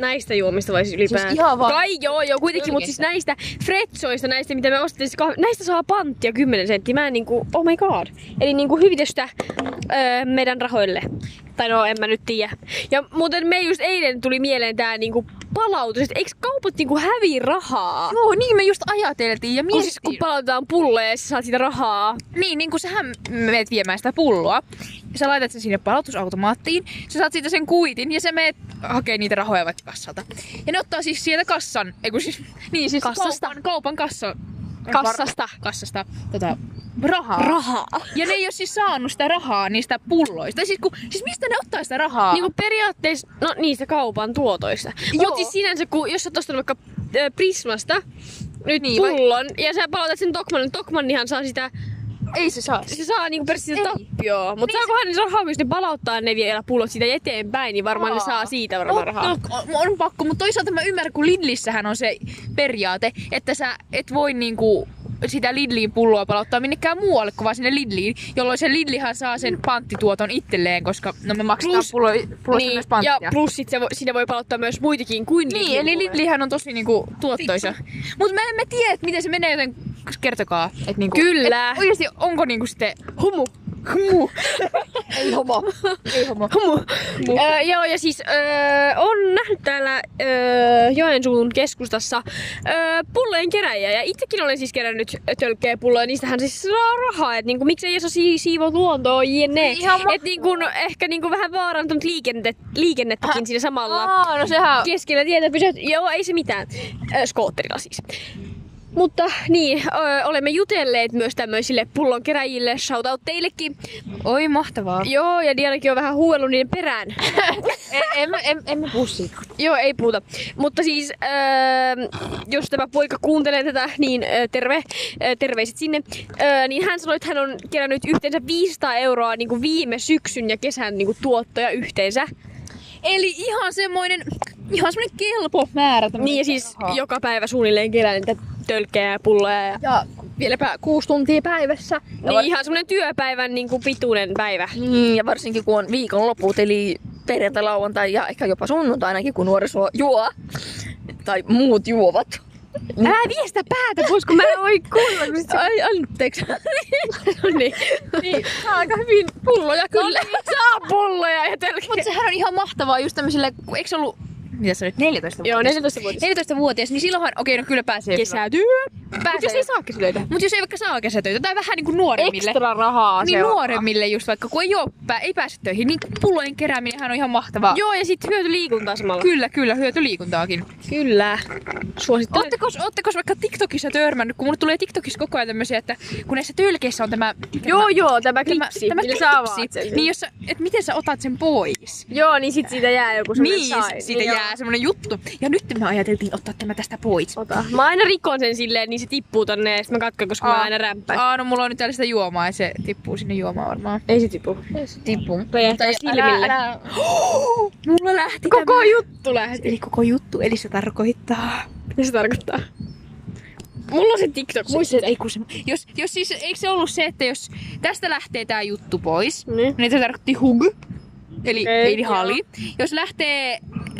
Speaker 2: näistä juomista vai siis ylipäätään?
Speaker 1: ihan vaan-
Speaker 2: Kai joo, joo kuitenkin, mutta siis näistä fretsoista, näistä mitä me ostettiin, siis kah- näistä saa panttia 10 senttiä. Mä en niinku, oh my god. Eli niinku hyvitystä öö, meidän rahoille. Tai no en mä nyt tiedä. Ja muuten me just eilen tuli mieleen tää niinku palautus, että eikö kaupat niinku hävii rahaa?
Speaker 1: Joo, niin me just ajateltiin ja
Speaker 2: Kun,
Speaker 1: mietittiin.
Speaker 2: siis, kun palautetaan pulleja ja sä saat siitä rahaa.
Speaker 1: Niin, niin kun sähän meet viemään sitä pulloa. Ja sä laitat sen sinne palautusautomaattiin, sä saat siitä sen kuitin ja sä meet hakee niitä rahoja vaikka kassalta. Ja ne ottaa siis sieltä kassan, ei kun siis, niin siis
Speaker 2: Kassasta.
Speaker 1: kaupan, kaupan kassa,
Speaker 2: Kassasta.
Speaker 1: kassasta tota, rahaa.
Speaker 2: Rahaa.
Speaker 1: ja ne ei ole siis saanut sitä rahaa niistä pulloista. Siis, kun, siis mistä ne ottaa sitä rahaa?
Speaker 2: Niinku periaatteessa, no niistä kaupan tuotoista.
Speaker 1: Joo.
Speaker 2: Mut siis sinänsä, kun jos sä oot ostanut vaikka ö, Prismasta nyt
Speaker 1: Niin,
Speaker 2: niin,
Speaker 1: vai-
Speaker 2: pullon, ja sä palautat sen Tokmanin, Tokmannihan saa sitä,
Speaker 1: ei se saa.
Speaker 2: se saa niinku per sitä
Speaker 1: Ei.
Speaker 2: tappioa.
Speaker 1: Niin
Speaker 2: Mut niin saakohan ne rahaa, jos ne palauttaa ne vielä pullot siitä eteenpäin, niin varmaan ne
Speaker 1: Aa.
Speaker 2: saa siitä varmaan rahaa.
Speaker 1: Mutta on, on pakko, mutta toisaalta mä ymmärrän, kun Lidlissähän on se periaate, että sä et voi niinku sitä Lidliin pulloa palauttaa minnekään muualle kuin vaan sinne Lidliin, jolloin se Lidlihan saa sen panttituoton itselleen, koska no me maksetaan
Speaker 2: Plus-
Speaker 1: pullo, pullosta
Speaker 2: Niin,
Speaker 1: myös panttia.
Speaker 2: ja plus sit se vo, sinne voi palauttaa myös muitakin kuin
Speaker 1: niin,
Speaker 2: Lidlin
Speaker 1: eli
Speaker 2: pulloja.
Speaker 1: Lidlihän on tosi niinku tuottoisa. Mutta mä en mä tiedä, että miten se menee, joten kertokaa. Et niinku,
Speaker 2: Kyllä.
Speaker 1: Et oikeasti onko niinku sitten
Speaker 2: Humu. Humu.
Speaker 3: Ei homo.
Speaker 1: ei homo.
Speaker 2: Humu. Öö, joo, ja siis öö, on nähnyt täällä öö, Joensuun keskustassa öö, pullojen keräjiä. Ja itsekin olen siis kerännyt tölkkejä pulloja, niistähän siis saa rahaa. Että niinku, miksei se si- siivo luontoa, jne.
Speaker 1: Ihan mahtavaa.
Speaker 2: Että niinku, ehkä niinku vähän vaarantunut liikennet, liikennettäkin siinä samalla.
Speaker 1: Äh, Aa, no sehän
Speaker 2: Keskellä tietä pysähtyy. Joo, ei se mitään. Öö, skootterilla siis. Mutta niin, öö, olemme jutelleet myös tämmöisille pullonkeräjille, shoutout teillekin.
Speaker 1: Oi mahtavaa.
Speaker 2: Joo, ja Dianakin on vähän huuellut niiden perään.
Speaker 1: en, en, en, en mä puhu siitä.
Speaker 2: Joo, ei puhuta. Mutta siis, öö, jos tämä poika kuuntelee tätä, niin öö, terve, öö, terveiset sinne. Öö, niin hän sanoi, että hän on kerännyt yhteensä 500 euroa niin kuin viime syksyn ja kesän niin kuin tuottoja yhteensä.
Speaker 1: Eli ihan semmoinen, ihan semmoinen kelpo määrä. tämmöistä
Speaker 2: Niin ja siis
Speaker 1: rahaa.
Speaker 2: joka päivä suunnilleen kerää niitä tölkkejä ja pulloja. Ja...
Speaker 3: Ja vieläpä kuusi tuntia päivässä. Ja,
Speaker 2: Niin ihan semmonen työpäivän niin kuin pituinen päivä.
Speaker 1: Mm,
Speaker 3: niin, ja varsinkin kun on viikonloput, eli perjantai, lauantai ja ehkä jopa sunnuntainakin, kun nuoriso juo. Tai muut juovat.
Speaker 2: Älä viestä päätä pois, kun mä en voi kuulla.
Speaker 3: Ai, anteeksi.
Speaker 2: niin. No
Speaker 1: Niin, saa aika hyvin pulloja kyllä.
Speaker 2: Saa pulloja ja tölkkejä.
Speaker 1: Mutta sehän on ihan mahtavaa just tämmöisille, kun eikö se ollut, mitä sä olit, 14
Speaker 2: Joo, 14-vuotias.
Speaker 1: 14-vuotias, niin silloinhan, okei, no kyllä pääsee.
Speaker 2: Kesätyö.
Speaker 1: Pääsee.
Speaker 2: Jos ei saa kesätöitä.
Speaker 1: Mutta jos ei vaikka saa kesätöitä, tai vähän niinku nuoremmille.
Speaker 2: Ekstra rahaa
Speaker 1: Niin
Speaker 2: se on.
Speaker 1: nuoremmille just vaikka, kun ei, oo, pää- ei pääse töihin, niin pullojen kerääminenhän on ihan mahtavaa.
Speaker 2: Joo, ja sitten hyöty liikuntaa samalla.
Speaker 1: Kyllä, kyllä, hyöty liikuntaakin.
Speaker 2: Kyllä. Suosittelen.
Speaker 1: Oottekos, oottekos vaikka TikTokissa törmännyt, kun mulle tulee TikTokissa koko ajan tämmöisiä, että kun näissä tylkeissä on tämä...
Speaker 2: Joo, joo, tämä
Speaker 1: tämä,
Speaker 2: klipsi,
Speaker 1: tämä
Speaker 2: millä sä
Speaker 1: klipsi,
Speaker 2: avaat sen.
Speaker 1: niin jos, sä- et miten sä otat sen pois?
Speaker 2: Joo, niin sit siitä jää joku semmonen
Speaker 1: Niin,
Speaker 2: sai.
Speaker 1: siitä
Speaker 2: joo.
Speaker 1: jää semmonen juttu. Ja nyt me ajateltiin ottaa tämä tästä pois.
Speaker 2: Ota. Mä aina rikon sen silleen, niin se tippuu tonne ja sit mä katkoin, koska mä aina rämpäin.
Speaker 1: Aa, no mulla on nyt täällä sitä juomaa ja se tippuu sinne juomaan varmaan.
Speaker 2: Ei se tipu.
Speaker 3: Tippu.
Speaker 2: Räjähtää silmille.
Speaker 1: Mulla lähti
Speaker 2: Koko
Speaker 1: tämä.
Speaker 2: juttu lähti.
Speaker 1: Eli koko juttu, eli se tarkoittaa.
Speaker 2: Mitä se tarkoittaa? Mulla on se TikTok.
Speaker 1: Muistat, ei kun se, jos, jos siis, eikö se ollut se, että jos tästä lähtee tää juttu pois,
Speaker 2: Niin.
Speaker 1: niin se tarkoitti hug, eli
Speaker 2: Okei,
Speaker 1: okay, eli
Speaker 2: joo.
Speaker 1: hali. Jos lähtee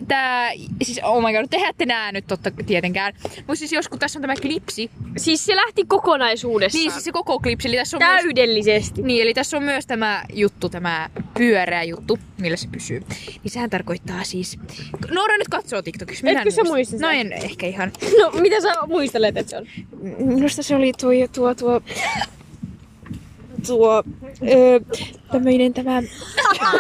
Speaker 1: tää, siis oh my god, tehän te nää nyt totta tietenkään, mutta siis jos kun tässä on tämä klipsi,
Speaker 2: Siis se lähti kokonaisuudessaan.
Speaker 1: niin siis se koko klipsi, eli tässä on myös,
Speaker 2: Täydellisesti.
Speaker 1: niin, eli tässä on myös tämä juttu, tämä pyöreä juttu, millä se pysyy. Niin sehän tarkoittaa siis... Noora nyt katsoo TikTokissa. minä en
Speaker 2: Etkö sä
Speaker 1: muista.
Speaker 2: muista sitä?
Speaker 1: No en ehkä ihan.
Speaker 2: No, mitä sä muistelet, että se on?
Speaker 4: Minusta se oli tuo, tuo, tuo, tuo öö, tämmöinen tämä...
Speaker 1: No.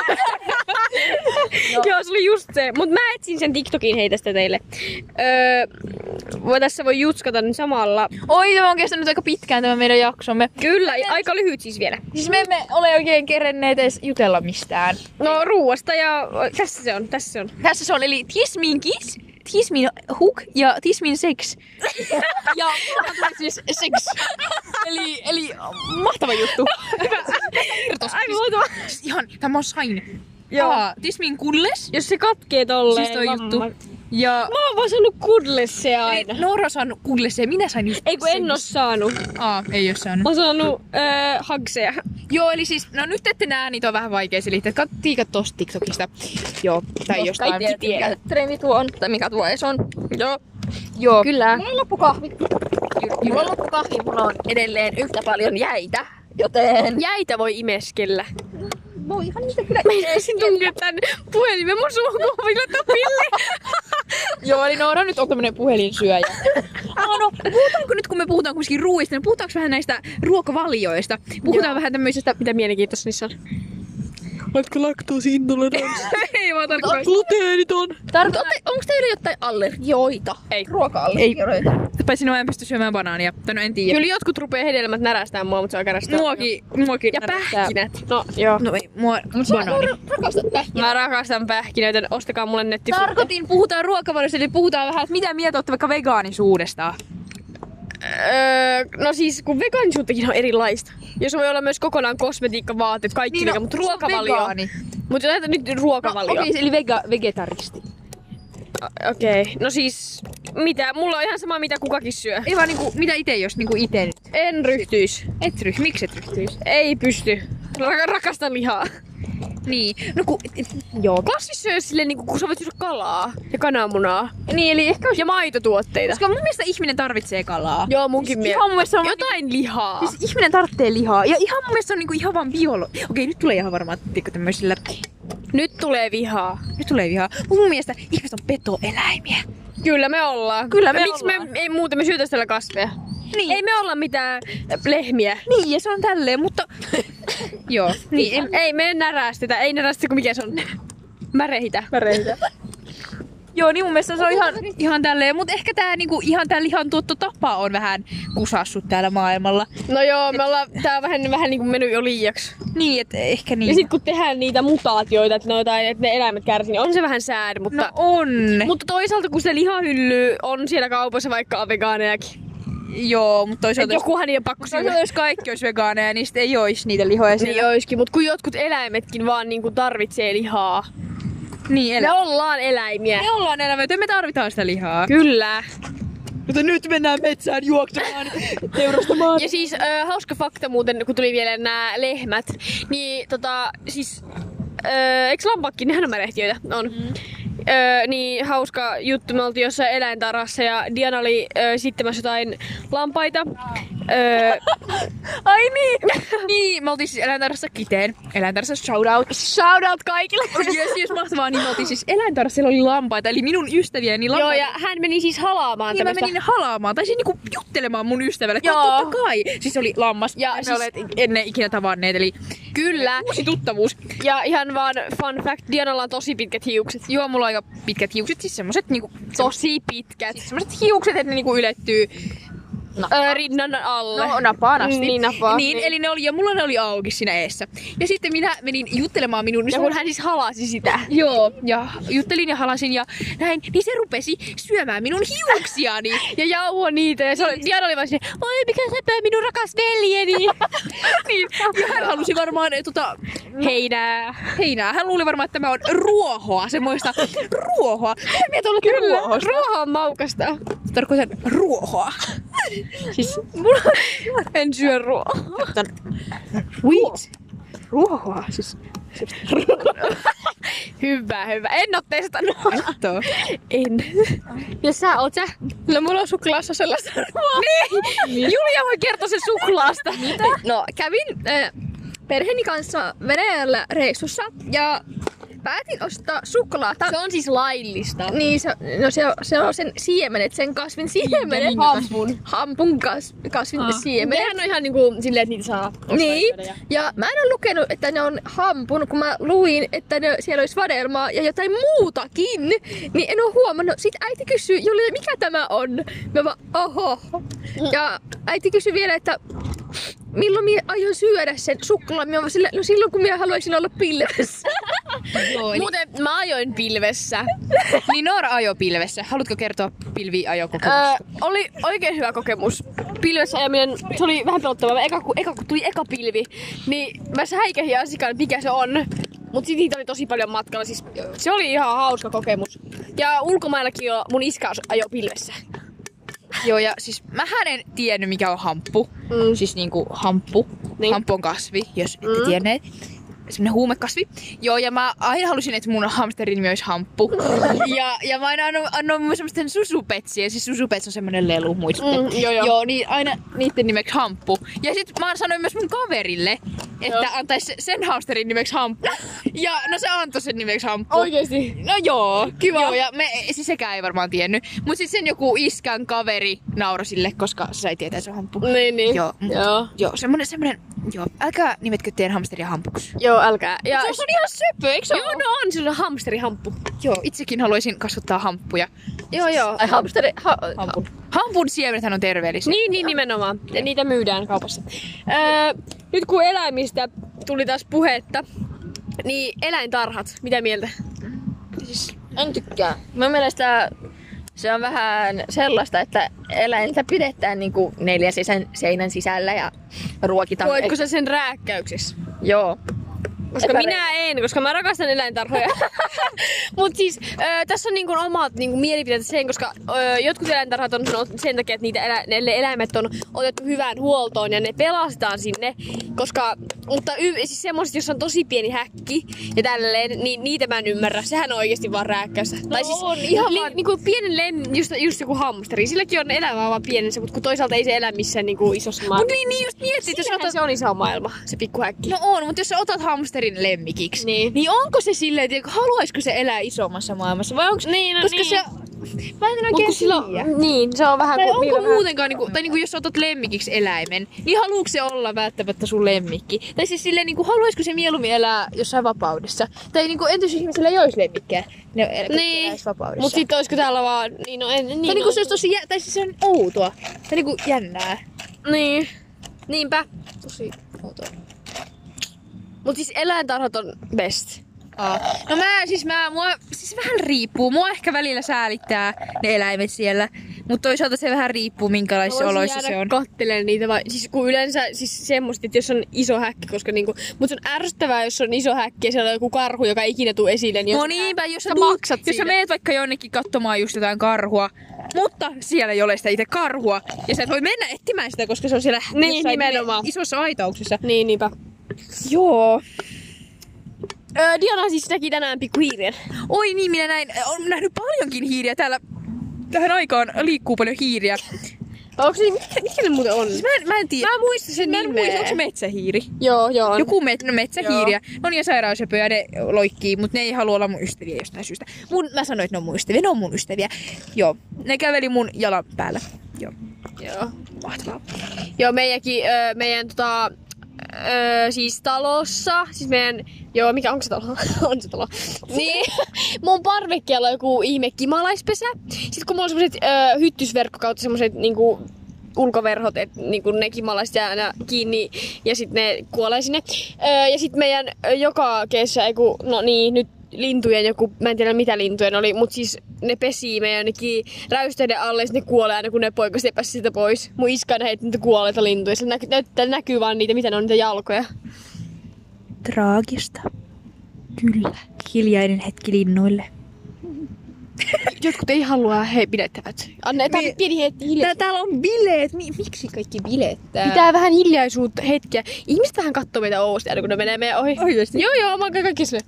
Speaker 2: Joo. Joo, se oli just se. Mut mä etsin sen TikTokin heitä sitä teille. Öö, voi- tässä voi jutskata nyt samalla.
Speaker 1: Oi, tämä on kestänyt aika pitkään tämä meidän jaksomme.
Speaker 2: Kyllä, ja aika lyhyt siis vielä.
Speaker 1: Siis me emme ole oikein kerenneet edes jutella mistään.
Speaker 2: No ruuasta ja tässä se on, tässä se on.
Speaker 1: Tässä se on, eli Tismin kiss, Tismin hook ja Tismin sex. ja mulla tulee siis sex. Eli, eli mahtava juttu. Irtos.
Speaker 2: Aivan mahtava.
Speaker 1: Siis Ihan, tämä on sain.
Speaker 2: Joo.
Speaker 1: Aa, Tismin kulles.
Speaker 2: Jos se katkee tolleen.
Speaker 1: Siis toi juttu.
Speaker 2: vamma-
Speaker 1: Ja
Speaker 2: Mä oon vaan saanut kudlessea aina.
Speaker 1: Noora on saanut Googlessa ja minä sain just...
Speaker 2: Ei kun en oo saanut.
Speaker 1: Aa, ei oo saanut.
Speaker 2: Mä oon saanut öö, hagseja.
Speaker 1: Joo, eli siis, no nyt ette näe, niitä on vähän vaikea selittää. Kattiika tosta TikTokista. Joo, tai
Speaker 3: Jos
Speaker 1: jostain.
Speaker 3: kaikki tiedät, mikä trendi tuo on, tai mikä tuo ei se on. Joo.
Speaker 1: Joo,
Speaker 3: Kyllä. Mulla on loppukahvi. Mulla on loppukahvi, mulla on edelleen yhtä paljon jäitä, joten...
Speaker 2: Jäitä voi imeskellä.
Speaker 3: Voi ihan niitä kyllä.
Speaker 2: Meinaisin tunkea tän puhelimen mun suuhun, millä tapille.
Speaker 1: Joo, eli Noora nyt on tämmönen puhelinsyöjä. Ah, no, puhutaanko nyt, kun me puhutaan kuitenkin ruuista, niin puhutaanko vähän näistä ruokavalioista? Puhutaan vähän tämmöisestä...
Speaker 2: Mitä mielenkiintoista niissä on?
Speaker 5: Oletko laktoosiintoleranssi?
Speaker 1: Ei vaan tarkoittaa.
Speaker 5: Gluteeniton!
Speaker 3: Tartu, onko teillä jotain allergioita? Ei. Ruoka-allergioita?
Speaker 1: Paitsi no mä en pysty syömään banaania. Tai no en tiedä.
Speaker 2: Kyllä jotkut rupee hedelmät närästää mua, mutta se on kärästää.
Speaker 1: Muoki, muoki.
Speaker 2: Ja
Speaker 1: närästää.
Speaker 2: pähkinät. No joo.
Speaker 1: No ei, mua banaani.
Speaker 3: Sä rakastat pähkinä.
Speaker 2: Mä rakastan pähkinöitä, joten ostakaa mulle nettipuolta.
Speaker 1: Tarkoitin, puhutaan ruokavaliosta, eli puhutaan vähän, että mitä mieltä olette vaikka vegaanisuudesta.
Speaker 2: Öö, no siis, kun vegaanisuuttakin on erilaista. Jos voi olla myös kokonaan kosmetiikkavaateet, kaikki
Speaker 1: no,
Speaker 2: niin, mutta ruokavalio. Mutta näitä nyt ruokavalio.
Speaker 1: Okei, eli vega, vegetaristi.
Speaker 2: Okei, okay. no siis mitä? Mulla on ihan sama mitä kukakin syö.
Speaker 1: Ei vaan niinku, mitä ite jos niinku ite nyt?
Speaker 2: En ryhtyis.
Speaker 1: Et ryh, miksi et ryhtyis?
Speaker 2: Ei pysty. Ra- rakastan lihaa.
Speaker 1: Niin, no ku, joo.
Speaker 2: Kasvis syö silleen niinku, kun sä voit syödä kalaa ja kananmunaa.
Speaker 1: Niin, eli ehkä
Speaker 2: Ja maitotuotteita.
Speaker 1: Koska mun mielestä ihminen tarvitsee kalaa.
Speaker 2: Joo, munkin
Speaker 1: siis
Speaker 2: mielestä.
Speaker 1: ihan mun mielestä se on
Speaker 2: Jotain lihaa.
Speaker 1: Siis ihminen tarvitsee lihaa. Ja ihan mun mielestä se on niinku ihan vaan biolo... Okei, nyt tulee ihan varmaan, tiedätkö, tämmöisillä...
Speaker 2: nyt tulee vihaa.
Speaker 1: Nyt tulee vihaa. Mut mun mielestä ihmiset on petoeläimiä.
Speaker 2: Kyllä me ollaan.
Speaker 1: Kyllä me
Speaker 2: Ja Miksi
Speaker 1: ollaan.
Speaker 2: me ei muuten me syötäis täällä kasveja?
Speaker 1: Niin.
Speaker 2: Ei me olla mitään äh, lehmiä.
Speaker 1: Niin, ja se on tälleen, mutta... joo.
Speaker 2: Niin, ei, ei me närästetä. Ei närästetä, kun mikä se on. Märehitä. Märehitä.
Speaker 1: Joo, niin mun mielestä se on ihan, ihan tälleen, mutta ehkä tää, niinku, ihan tää lihan tuottotapa on vähän kusassut täällä maailmalla.
Speaker 2: No joo, me ollaan, tää on vähän, vähän niinku mennyt jo liiaksi.
Speaker 1: Niin, et ehkä niin.
Speaker 2: Ja sit kun tehdään niitä mutaatioita, että, no jotain, että ne eläimet kärsii, niin on se vähän sääd, mutta...
Speaker 1: No on.
Speaker 2: Mutta toisaalta kun se lihahylly on siellä kaupassa vaikka on vegaanejakin.
Speaker 1: joo, mutta
Speaker 2: Et
Speaker 1: toisaalta... jos-
Speaker 2: jokuhan ei ole pakko syödä.
Speaker 1: Toisaalta jos kaikki olisi vegaaneja, niin sitten ei olisi niitä lihoja siellä.
Speaker 2: Niin olisikin, mutta kun jotkut eläimetkin vaan niinku tarvitsee lihaa.
Speaker 1: Niin,
Speaker 2: Me
Speaker 1: elä.
Speaker 2: ollaan eläimiä.
Speaker 1: Me Niin, ollaan elämöitä, me tarvitaan sitä lihaa.
Speaker 2: Kyllä.
Speaker 5: Joten nyt mennään metsään juoksemaan, teurastamaan.
Speaker 2: Ja siis äh, hauska fakta muuten, kun tuli vielä nämä lehmät, niin tota siis, äh, eikö lampakki, nehän on märehtiöitä, on. Mm. Öö, niin hauska juttu, me oltiin jossain eläintarassa ja Diana oli öö, sittämässä jotain lampaita. Öö,
Speaker 1: Ai niin! niin, me oltiin siis eläintarhassa kiteen. Eläintarhassa shoutout.
Speaker 2: shoutout kaikille!
Speaker 1: Yes, yes, mahtavaa. Niin me oltiin siis eläintarhassa, siellä oli lampaita, eli minun ystäviäni lampaita.
Speaker 2: Joo, ja hän meni siis halaamaan
Speaker 1: Niin mä
Speaker 2: tämmöstä.
Speaker 1: menin halaamaan, tai siis niinku juttelemaan mun ystävälle. Joo.
Speaker 2: Joo.
Speaker 1: Totta kai. Siis se oli lammas, ja me siis...
Speaker 2: siis-
Speaker 1: olet ennen ikinä tavanneet, eli
Speaker 2: Kyllä.
Speaker 1: uusi tuttavuus.
Speaker 2: Ja ihan vaan fun fact, Dianalla on tosi pitkät hiukset.
Speaker 1: Joo, mulla on aika pitkät hiukset, siis semmoset niinku...
Speaker 2: Tosi pitkät.
Speaker 1: Siis semmoset hiukset, että ne niinku ylettyy
Speaker 2: Öö, rinnan alle.
Speaker 1: napaanasti.
Speaker 2: Niin, napaa.
Speaker 1: No, Niin, eli ne oli, ja mulla ne oli auki siinä eessä. Ja sitten minä menin juttelemaan minun
Speaker 2: Ja kun hän siis halasi sitä.
Speaker 1: Joo, ja juttelin ja halasin ja näin, niin se rupesi syömään minun hiuksiani.
Speaker 2: Ja jauho niitä. Ja se oli, Diana oli vaan sinne, oi mikä sepä minun rakas veljeni.
Speaker 1: niin, ja hän halusi varmaan eh, tota,
Speaker 2: Heinää.
Speaker 1: heinää. Hän luuli varmaan, että tämä on ruohoa, semmoista ruohoa. Mitä mieltä olette
Speaker 2: Kyllä.
Speaker 1: ruohoa?
Speaker 2: Ruoho on maukasta.
Speaker 1: Tarkoitan ruohoa.
Speaker 2: Siis mulla en syö ruohoa.
Speaker 1: Wheat. Ruohoa, siis
Speaker 2: Hyvä, hyvä. En oo testannut.
Speaker 1: katso.
Speaker 2: En. Ja sä oot sä? No mulla on suklaassa sellaista ruoaa. Niin. Julia voi kertoa sen suklaasta. eh, Mitä?
Speaker 3: No, kävin äh, perheeni kanssa Venäjällä reissussa ja päätin ostaa suklaata.
Speaker 2: Se on siis laillista.
Speaker 3: Niin, se, no se, se on sen siemenet, sen kasvin siemenet.
Speaker 2: Hampun.
Speaker 3: Niin, Hampun Ah. kas, kasvin siemenet.
Speaker 2: Nehän on ihan niinku silleen, että niitä saa ostaa
Speaker 3: Niin,
Speaker 2: ja syödä
Speaker 3: ja mä en ole lukenut, että ne on hampun, kun mä luin, että ne, siellä olisi vadelmaa ja jotain muutakin, niin en ole huomannut. Sitten äiti kysyy, Julia, mikä tämä on? Mä vaan, oho.
Speaker 1: Mm.
Speaker 3: Ja äiti kysyy vielä, että milloin minä aion syödä sen suklaan? Mä vaan sillä, no silloin, kun minä haluaisin olla pilvessä.
Speaker 1: Joo,
Speaker 2: ja-
Speaker 1: eli...
Speaker 2: Muuten mä ajoin pilvessä.
Speaker 1: niin Noora ajoi pilvessä. Haluatko kertoa
Speaker 2: Öö,
Speaker 1: pilviajokokemusta?
Speaker 2: oli oikein hyvä kokemus. Pilvessä ajaminen, se oli vähän pelottavaa. Mä Eka, kun, eka, kun tuli eka pilvi, niin mä säikähin asiakkaan, että mikä se on. Mutta sit niitä oli tosi paljon matkalla. Siis se oli ihan hauska kokemus. Ja ulkomaillakin jo mun iskä ajoi pilvessä.
Speaker 1: Joo, ja siis mähän en tiennyt, mikä on hamppu.
Speaker 2: Mm.
Speaker 1: Siis niinku hamppu.
Speaker 2: Niin.
Speaker 1: Niin. Hamppu on kasvi, jos ette mm. tienneet. Semmoinen huumekasvi. Joo, ja mä aina halusin, että mun hamsterin nimi olisi hamppu. ja, ja mä aina annoin, annoin mun semmoisten susupetsiä. Siis susupets on semmoinen lelu, muistatte.
Speaker 2: Mm, joo, joo.
Speaker 1: joo, niin aina niiden nimeksi hamppu. Ja sit mä sanoin myös mun kaverille, että
Speaker 2: Joo.
Speaker 1: antaisi sen hamsterin nimeksi hamppu. ja no se antoi sen nimeksi hamppu.
Speaker 2: Oikeesti.
Speaker 1: No joo, kiva. Joo, ja me, siis sekään ei varmaan tiennyt. Mut sit sen joku iskän kaveri naura sille, koska se sai tietää että se on hamppu.
Speaker 2: Niin, niin.
Speaker 1: Joo.
Speaker 2: Joo.
Speaker 1: Joo, semmonen, semmonen, joo, älkää nimetkö teidän hamsteria hampuksi.
Speaker 2: Joo, älkää. Ja,
Speaker 1: Se on ihan söpö, eikö se
Speaker 2: joo, no on, se on hamsterihamppu.
Speaker 1: Joo, itsekin haluaisin kasvattaa hamppuja.
Speaker 2: Joo, joo.
Speaker 3: Ai hamsteri... Ha,
Speaker 1: Hampun. Hampun siemenethän on terveellisiä.
Speaker 2: Niin, niin nimenomaan. Ja niitä myydään kaupassa. Öö, nyt kun eläimistä tuli taas puhetta, niin eläintarhat, mitä mieltä?
Speaker 3: en tykkää. Mun mielestä se on vähän sellaista, että eläintä pidetään niinku neljä sisän, seinän sisällä ja ruokitaan.
Speaker 2: Koetko sä sen rääkkäyksessä?
Speaker 3: Joo.
Speaker 2: Koska
Speaker 3: Epäreilu.
Speaker 2: minä en, koska mä rakastan eläintarhoja. Mutta siis ö, tässä on niinku omat niinku mielipiteet sen, koska ö, jotkut eläintarhat on sanonut sen takia, että niitä elä, ne eläimet on otettu hyvään huoltoon ja ne pelastetaan sinne. Koska, mutta y, siis semmoiset, jossa on tosi pieni häkki ja tälleen, niin niitä mä en ymmärrä. Sehän on oikeasti vaan rääkkäystä. No, tai siis on ihan li, niinku pienen len, just, just joku hamsteri. Silläkin on elämä vaan pienensä, mutta kun toisaalta ei se elä missään niinku isossa maailmassa.
Speaker 1: niin, niin just mietit, jos
Speaker 2: Siinähän
Speaker 1: otat...
Speaker 2: se on iso maailma, se pikkuhäkki.
Speaker 1: No on, mutta jos sä otat hamsterin lemmikiksi,
Speaker 2: Niin.
Speaker 1: niin onko se silleen, että haluaisiko se elää isommassa maailmassa vai onko...
Speaker 2: Niin, no
Speaker 1: koska
Speaker 2: niin.
Speaker 1: se... Mä en
Speaker 2: Mut
Speaker 1: oikein
Speaker 2: kun sillä on-
Speaker 1: tiedä.
Speaker 2: Niin, se on vähän
Speaker 1: Tai
Speaker 2: kuin... niillä
Speaker 1: onko
Speaker 2: on vähän-
Speaker 1: muutenkaan, niinku, tai niinku, jos otat lemmikiksi eläimen, niin haluuks se olla välttämättä sun lemmikki? Tai siis silleen, niinku, haluaisiko se mieluummin elää jossain vapaudessa? Tai niinku, entisihmisellä ei olisi lemmikkejä, ne el- kaikki
Speaker 2: Niin.
Speaker 1: eläis vapaudessa.
Speaker 2: Mut sit oisko täällä vaan... Niin, no en... Niin,
Speaker 1: tai,
Speaker 2: no.
Speaker 1: niinku, se olisi tosi, jä- tai siis se on outoa. Tai niinku, jännää.
Speaker 2: Niin. Niinpä.
Speaker 1: Tosi outoa.
Speaker 2: Mut siis eläintarhat on best.
Speaker 1: Aa. No mä siis mä, mua, siis vähän riippuu. Mua ehkä välillä säälittää ne eläimet siellä. Mutta toisaalta se vähän riippuu, minkälaisissa oloissa se on.
Speaker 2: kattelee niitä vaan... Siis kun yleensä siis semmoset, että jos on iso häkki, koska niinku... Mut se on ärsyttävää, jos on iso häkki ja siellä on joku karhu, joka ei ikinä tuu esille. Niin
Speaker 1: No
Speaker 2: jos-
Speaker 1: niinpä, jos sä,
Speaker 2: sä
Speaker 1: tuut-
Speaker 2: maksat
Speaker 1: jos sä
Speaker 2: siitä.
Speaker 1: meet vaikka jonnekin katsomaan just jotain karhua, mutta siellä ei ole sitä itse karhua, ja sä et voi mennä etsimään sitä, koska se on siellä
Speaker 2: Niin,
Speaker 1: jossain
Speaker 2: nimenomaan.
Speaker 1: isossa aitauksessa.
Speaker 2: Niin, niinpä.
Speaker 1: Joo.
Speaker 2: Öö, Diana siis näki tänään pikkuhiirien.
Speaker 1: Oi niin, minä näin, olen nähnyt paljonkin hiiriä täällä. Tähän aikaan liikkuu paljon hiiriä.
Speaker 2: Onks se... Mitkä, mitkä ne muuten on?
Speaker 1: Siis mä en, mä en tiedä.
Speaker 2: Mä en muista sen
Speaker 1: Mä en
Speaker 2: nimeä.
Speaker 1: muista, onko se metsähiiri?
Speaker 2: Joo, joo. on.
Speaker 1: Joku met, no metsähiiriä. Ne on ihan sairausöpöjä, ne loikkii, mutta ne ei halua olla mun ystäviä jostain syystä. Mun, mä sanoin, että ne on mun ystäviä, ne on mun ystäviä. Joo, ne käveli mun jalan päällä. Joo,
Speaker 2: Joo.
Speaker 1: mahtavaa.
Speaker 2: Joo, meidänkin, öö, meidän tota, öö, siis talossa, siis meidän, joo, mikä, onko se talo? on se talo. Niin, mun parvekkeella on joku ihme kimalaispesä. Sitten kun mulla on semmoset öö, hyttysverkko kautta semmoset niinku ulkoverhot, että niinku ne kimalaiset jää aina kiinni ja sitten ne kuolee sinne. Öö, ja sitten meidän ö, joka kesä, ei kun, no niin, nyt lintujen joku, mä en tiedä mitä lintujen oli, mutta siis ne pesii meidän jonnekin räysteiden alle ja sit ne kuolee aina kun ne poikaset ei pääse siitä pois. Mun iska aina heitti niitä kuolleita lintuja, se näkyy, näyttää, näkyy vaan niitä, mitä ne on niitä jalkoja.
Speaker 1: Traagista. Kyllä. Hiljainen hetki linnuille.
Speaker 2: Jotkut ei halua, he pidettävät. Annetaan
Speaker 1: Niin.
Speaker 2: pieni hetki hiljaa.
Speaker 1: Tää, täällä on bileet. Mi- miksi kaikki bilettää?
Speaker 2: Pitää vähän hiljaisuutta hetkeä. Ihmiset vähän katsoo meitä oudosti aina kun ne menee meidän ohi.
Speaker 1: Oikeesti?
Speaker 2: Joo joo, mä oon kaikki sille.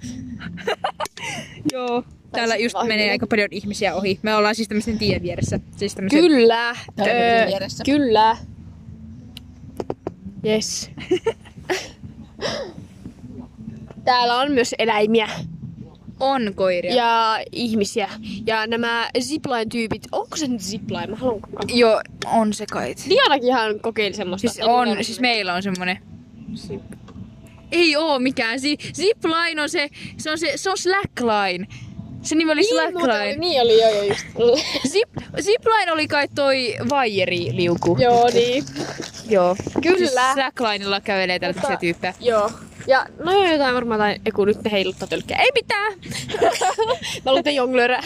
Speaker 1: Joo. Täällä
Speaker 2: Tai
Speaker 1: just
Speaker 2: sitten
Speaker 1: menee
Speaker 2: vaan
Speaker 1: aika paljon ihmisiä ohi. Me ollaan siis tämmöisen tien vieressä. Siis tämmöisen...
Speaker 2: Kyllä.
Speaker 1: Täällä
Speaker 2: Öö,
Speaker 1: on vieressä.
Speaker 2: kyllä. Yes. Täällä on myös eläimiä
Speaker 1: On koiria.
Speaker 2: ja ihmisiä. Ja nämä zipline-tyypit, onko se nyt zipline? Mä haluan kokeilla.
Speaker 1: Joo, on se kait.
Speaker 2: Dianakin ihan kokeili semmoista.
Speaker 1: Siis on, siis meillä on semmonen. Ei oo mikään. Si- zipline on se, se on se, se on slackline. Se nimi oli
Speaker 2: Niin, muuten oli-
Speaker 1: slackline.
Speaker 2: niin oli, joo, joo, just.
Speaker 1: Zip, zipline oli kai toi vaijeri-liuku.
Speaker 2: joo, niin.
Speaker 1: Joo. Siis
Speaker 2: Kyllä.
Speaker 1: slacklinella kävelee tällä
Speaker 2: Mutta-
Speaker 1: Mutta... tyyppejä.
Speaker 2: Joo. Ja no joo, jotain varmaan tai ei kun nyt ne heiluttaa tölkkää. Ei mitään! Mä luulen, että jonglöörä.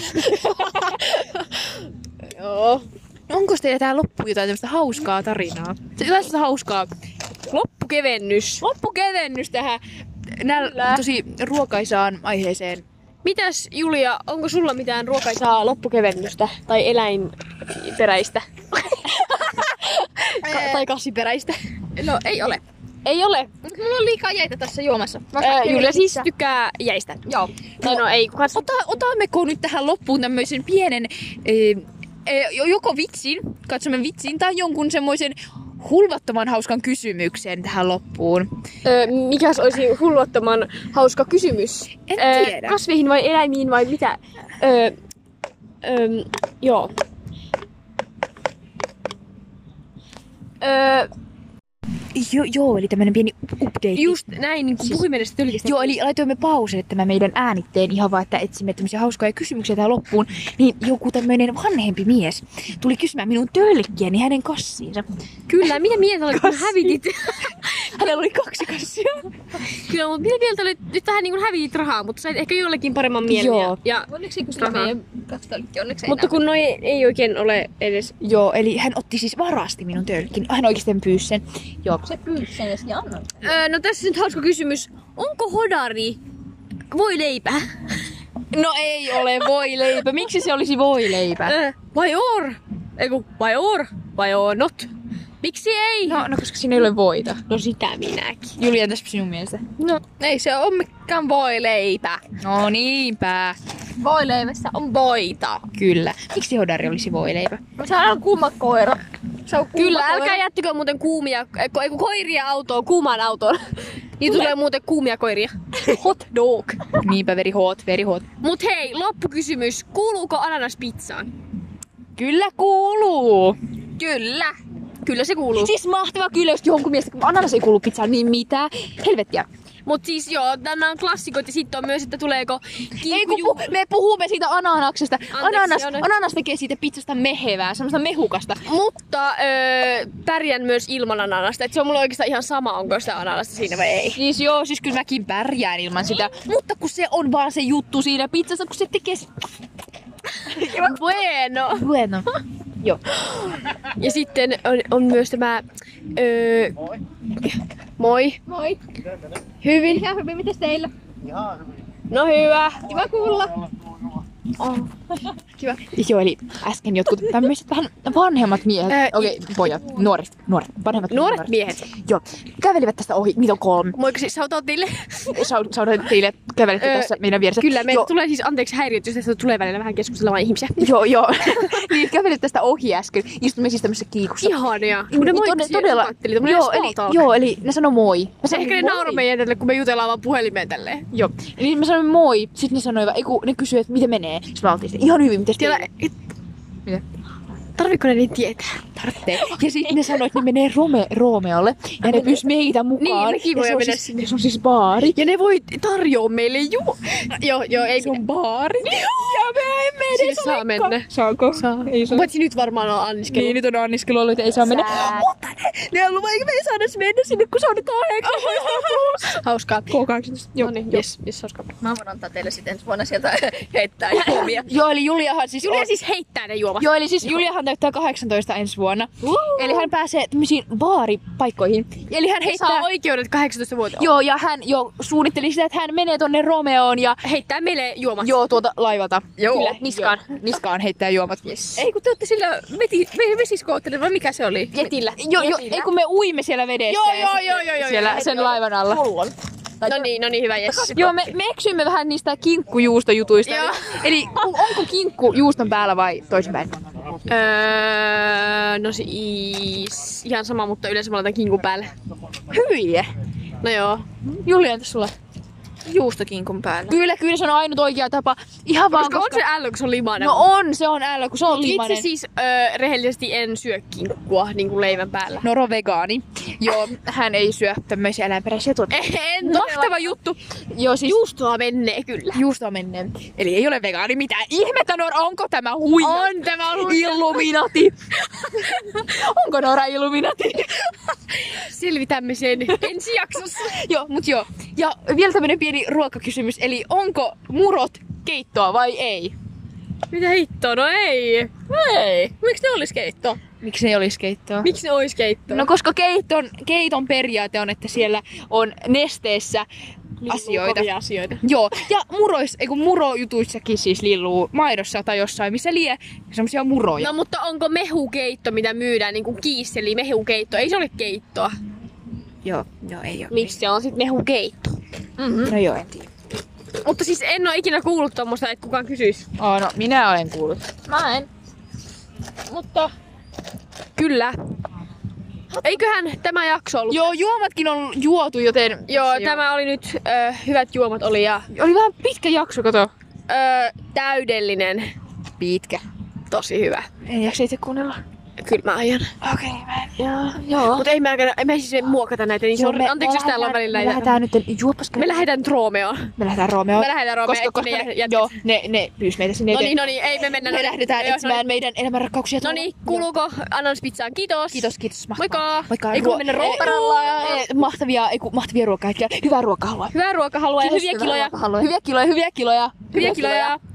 Speaker 2: joo.
Speaker 1: No onko teillä tää loppu jotain tämmöstä hauskaa tarinaa? Se- Jotain semmoista hauskaa
Speaker 2: Loppukevennys.
Speaker 1: loppukevennys tähän näl, tosi ruokaisaan aiheeseen.
Speaker 2: Mitäs Julia, onko sulla mitään ruokaisaa loppukevennystä tai eläinperäistä? Ka- tai kasviperäistä?
Speaker 3: No ei ole.
Speaker 2: Ei ole.
Speaker 3: Mut Mulla on liikaa jäitä tässä juomassa.
Speaker 2: Ää, Julia siis tykkää jäistä.
Speaker 3: Joo.
Speaker 2: Tai no ei, kun kats-
Speaker 1: Ota, otammeko nyt tähän loppuun tämmöisen pienen, e, e, joko vitsin, katsomme vitsin, tai jonkun semmoisen hulvattoman hauskan kysymyksen tähän loppuun.
Speaker 2: Ö, mikäs olisi hullottoman hauska kysymys?
Speaker 1: En
Speaker 2: Ö,
Speaker 1: tiedä.
Speaker 2: kasveihin vai eläimiin vai mitä? Ö, ö, joo. Ö,
Speaker 1: Jo, joo, eli tämmöinen pieni update.
Speaker 2: just näin, niin kun
Speaker 1: siis-
Speaker 2: puhuimme edes tylkistä.
Speaker 1: Joo, eli laitoimme pauselle tämän meidän äänitteen ihan vaan, että etsimme tämmöisiä hauskoja kysymyksiä tähän loppuun. Niin joku tämmöinen vanhempi mies tuli kysymään minun tölkkiäni hänen kassiinsa.
Speaker 2: Kyllä, mitä mieltä olet, kun hävitit?
Speaker 1: Hänellä oli kaksi kassia.
Speaker 2: Kyllä, mutta mitä mieltä olet, nyt vähän niin kuin hävitit rahaa, mutta sait ehkä jollekin paremman mielen.
Speaker 1: Joo.
Speaker 2: Ja, ja,
Speaker 3: Onneksi kun sillä
Speaker 2: Rahaa.
Speaker 3: meidän kaksitolikki, onneksi ei
Speaker 2: mutta kun noi ei oikein ole edes...
Speaker 1: Joo, eli hän otti siis varasti minun tölkin. Hän oikeasti pyysi sen. Joo.
Speaker 3: Se pyysi sen ja sinä annoit.
Speaker 2: Ö, no tässä nyt hauska kysymys. Onko hodari voi leipää?
Speaker 1: No ei ole voi leipä. Miksi se olisi voi leipä?
Speaker 2: Äh, vai or? Eiku, vai or? Vai or not? Miksi ei?
Speaker 1: No, no koska siinä ei ole voita.
Speaker 2: no sitä minäkin.
Speaker 1: Julia, entäs sinun mielestä?
Speaker 3: No, ei se ole mikään voi leipä.
Speaker 1: No niinpä.
Speaker 3: Voi leivässä on voita.
Speaker 1: Kyllä. Miksi hodari olisi voi leipä?
Speaker 3: No, se on kumma koira. Se on kumma
Speaker 2: Kyllä,
Speaker 3: koira.
Speaker 2: älkää jättäkö muuten kuumia, ei kun- ei kun koiria autoon, kuumaan autoon. Niin tulee muuten kuumia koiria. Hot dog.
Speaker 1: Niinpä, very hot, very hot.
Speaker 2: Mut hei, loppukysymys. Kuuluuko ananas pizzaan?
Speaker 1: Kyllä kuuluu.
Speaker 2: Kyllä. Kyllä se kuuluu.
Speaker 1: Siis mahtava kyllä, jos jonkun mielestä, kun ananas ei kuulu pizzaan, niin mitä? Helvettiä.
Speaker 2: Mut siis joo, nämä on klassikot ja sitten on myös, että tuleeko
Speaker 1: Ei, kun
Speaker 2: kinkkujuhla.
Speaker 1: pu- me puhumme siitä ananaksesta.
Speaker 2: Anteeksi,
Speaker 1: Ananas,
Speaker 2: Joona.
Speaker 1: ananas tekee siitä pizzasta mehevää, semmoista mehukasta.
Speaker 2: Mutta öö, pärjään myös ilman ananasta. Et se on mulle oikeastaan ihan sama, onko sitä ananasta siinä vai ei.
Speaker 1: Siis joo, siis kyllä mäkin pärjään ilman sitä. Mutta kun se on vaan se juttu siinä pizzassa, kun se tekee se...
Speaker 2: Bueno.
Speaker 1: Bueno.
Speaker 2: Ja sitten on, on myös tämä... Öö, moi.
Speaker 3: Moi.
Speaker 2: Hyvin.
Speaker 3: Ihan hyvin, mitäs teillä?
Speaker 2: No hyvä.
Speaker 3: Kiva kuulla.
Speaker 1: Joo, eli äsken jotkut tämmöiset vähän vanhemmat miehet,
Speaker 2: Ää,
Speaker 1: okei, okay, pojat, nuoret, nuoret, vanhemmat
Speaker 2: Nuoret miehet.
Speaker 1: Joo, kävelivät tästä ohi, niitä on kolme.
Speaker 2: Moikka siis Sautotille.
Speaker 1: Sau- Saudat teille, kävelette
Speaker 2: Öö,
Speaker 1: tässä meidän vieressä.
Speaker 2: Kyllä, me
Speaker 1: Joo,
Speaker 2: tulee siis anteeksi häiriöt, jos tästä tulee välillä vähän keskustelemaan ihmisiä.
Speaker 1: Joo, joo. niin kävelit tästä ohi äsken. Istumme siis tämmöisessä kiikussa.
Speaker 2: Ihania. siis, Kun ne
Speaker 1: Niin,
Speaker 2: moikkasi ja jupatteli, tämmönen
Speaker 1: joo, eli,
Speaker 2: small talk.
Speaker 1: joo, eli ne sanoi moi. Mä sanoin,
Speaker 2: Ehkä ne
Speaker 1: moi.
Speaker 2: nauroi meidän tälle, kun me jutellaan vaan puhelimeen tälleen.
Speaker 1: Joo. Niin mä sanoin moi. Sitten ne sanoivat, ei kun ne kysyi, että miten menee. Sitten mä oltiin sitten, ihan hyvin, miten
Speaker 2: Tiedä,
Speaker 1: teillä
Speaker 2: et...
Speaker 1: Mitä?
Speaker 2: Tarviiko ne niitä tietää?
Speaker 1: tarvitsee. Ja sitten ne sanoi, että ne menee Rome, Romeolle. Ja ne pyysi meitä mukaan.
Speaker 2: mekin
Speaker 1: ja se
Speaker 2: voidaan
Speaker 1: on
Speaker 2: mennä
Speaker 1: siis, sinne. Se on siis baari.
Speaker 2: Ja ne voi tarjoa meille juu. Niin. Joo, joo, ei
Speaker 1: Se on baari. ja me emme
Speaker 2: Sinne
Speaker 1: edes
Speaker 2: saa
Speaker 1: ole-
Speaker 2: mennä.
Speaker 1: Saako? Saa. Ei saa.
Speaker 2: Paitsi nyt varmaan on anniskelu.
Speaker 1: Niin, nyt on anniskelu ollut, että ei saa mennä. Mutta ne, ne on luvannut, me ei saa edes mennä sinne, kun se on 18 plus.
Speaker 2: Hauskaa.
Speaker 1: K18. Joo.
Speaker 2: No niin, jes, jes, hauskaa.
Speaker 3: Mä voin antaa teille sitten ensi vuonna sieltä heittää juomia.
Speaker 1: Joo, eli Juliahan siis
Speaker 2: Julia
Speaker 1: on...
Speaker 2: siis heittää ne juomat.
Speaker 1: Joo, eli siis Juliahan täyttää 18 ensi vuonna. Eli hän pääsee tämmöisiin baaripaikkoihin. Eli hän heittää...
Speaker 2: Saa oikeudet 18 vuotta.
Speaker 1: Joo, ja hän jo suunnitteli sitä, että hän menee tonne Romeoon ja
Speaker 2: Heittää meille juomat.
Speaker 1: joo, tuolta laivalta.
Speaker 3: Joo.
Speaker 1: Kyllä, niskaan. Niskaan heittää juomat. Yes.
Speaker 3: Ei kun te olette sillä veti, ve- vesiskootterilla, vai mikä se oli?
Speaker 1: Jetillä. Joo, joo, ei kun me uimme siellä vedessä.
Speaker 2: Joo,
Speaker 1: ja
Speaker 2: joo,
Speaker 1: sitten
Speaker 2: joo, joo, joo,
Speaker 1: Siellä
Speaker 2: joo,
Speaker 1: sen laivan alla.
Speaker 2: No niin, no niin, hyvä, jes.
Speaker 1: Joo, me, me eksymme vähän niistä kinkkujuustojutuista.
Speaker 2: Joo.
Speaker 1: Eli on- onko kinkku juuston päällä vai toisinpäin?
Speaker 2: Öö, no siis ihan sama, mutta yleensä mä laitan kinkun päälle.
Speaker 1: Hyviä.
Speaker 2: No joo.
Speaker 1: Julia, entäs sulla?
Speaker 3: Juustokinkun päällä.
Speaker 1: Kyllä, kyllä se on ainut oikea tapa. Ihan vaan
Speaker 2: Koska on se ällö, kun se on limainen.
Speaker 1: No on, se on älä, kun se on
Speaker 2: Itse
Speaker 1: limainen.
Speaker 2: siis öö, rehellisesti en syö kinkkua niin kuin leivän päällä.
Speaker 1: Noro vegaani. Joo, hän ei syö tämmöisiä eläinperäisiä tuotteita.
Speaker 2: En
Speaker 1: Mahtava juttu. Joo, siis
Speaker 2: Juustoa menee kyllä.
Speaker 1: juusto on mennyt. Eli ei ole vegaani mitään. Ihmettä, Nora, onko tämä huija?
Speaker 2: On tämä ollut
Speaker 1: Illuminati. onko Nora Illuminati?
Speaker 2: Selvitämme sen ensi jaksossa.
Speaker 1: joo, mut joo. Ja vielä tämmönen pieni ruokakysymys. Eli onko murot keittoa vai ei?
Speaker 2: Mitä hittoa? No ei.
Speaker 3: Ei. Miksi ne olis keitto?
Speaker 1: Miksi ei olisi keittoa?
Speaker 2: Miksi ne
Speaker 4: No,
Speaker 2: ois keittoa?
Speaker 1: No koska keiton, keiton periaate on, että siellä on nesteessä asioita.
Speaker 2: Kovia asioita.
Speaker 1: Joo, ja murois, ei kun murojutuissakin siis lilluu maidossa tai jossain, missä lie semmoisia muroja.
Speaker 2: No mutta onko mehukeitto, mitä myydään, niin kuin kiisseli, mehukeitto, ei se ole keittoa.
Speaker 1: joo, joo, ei oo.
Speaker 2: Miksi se on sitten mehukeitto?
Speaker 1: No joo, en tiedä.
Speaker 2: Mutta siis en ole ikinä kuullut tuommoista, että kukaan kysyisi.
Speaker 1: Oh, no, minä olen kuullut.
Speaker 2: Mä en. Mutta kyllä. Eiköhän tämä jakso ollut.
Speaker 1: Joo, juomatkin on juotu, joten...
Speaker 2: Joo,
Speaker 1: se jo-
Speaker 2: tämä oli nyt ö, hyvät juomat oli ja
Speaker 1: Oli vähän pitkä jakso, kato.
Speaker 2: ö, täydellinen.
Speaker 1: Pitkä.
Speaker 2: Tosi hyvä.
Speaker 4: En jaksa itse kuunnella.
Speaker 2: Kyllä mä aion.
Speaker 4: Okei, okay, mä en.
Speaker 2: Joo. Mutta ei mä, ei mä siis muokata näitä, niin sorry. Anteeksi, jos täällä on välillä.
Speaker 4: Me
Speaker 2: Me,
Speaker 4: lähdetään nyt juopas.
Speaker 2: me lähdetään Troomeoon.
Speaker 4: me lähdetään Romeo.
Speaker 2: Me lähdetään Roomeen,
Speaker 4: koska,
Speaker 2: etkö
Speaker 4: koska
Speaker 2: ne jä-
Speaker 4: ne,
Speaker 2: jätkät?
Speaker 4: joo, ne, ne pyys meitä sinne
Speaker 2: No
Speaker 4: eteen.
Speaker 2: niin, no niin, ei me mennä.
Speaker 4: me lähdetään
Speaker 2: Joo, niin.
Speaker 4: etsimään meidän elämänrakkauksia.
Speaker 2: No niin, kuuluuko? Annan pizzaan, kiitos.
Speaker 4: Kiitos, kiitos. Mahtavaa.
Speaker 2: Moikka.
Speaker 4: Moikka.
Speaker 2: Ei kun mennä Rooparalla.
Speaker 4: Ei, Mahtavia, ei kun mahtavia ruokaa. kaikkea. Hyvää ruokaa haluaa.
Speaker 2: Hyvää ruokaa haluaa ja hyviä kiloja.
Speaker 4: Hyviä kiloja, hyviä kiloja.
Speaker 2: Hyviä kiloja.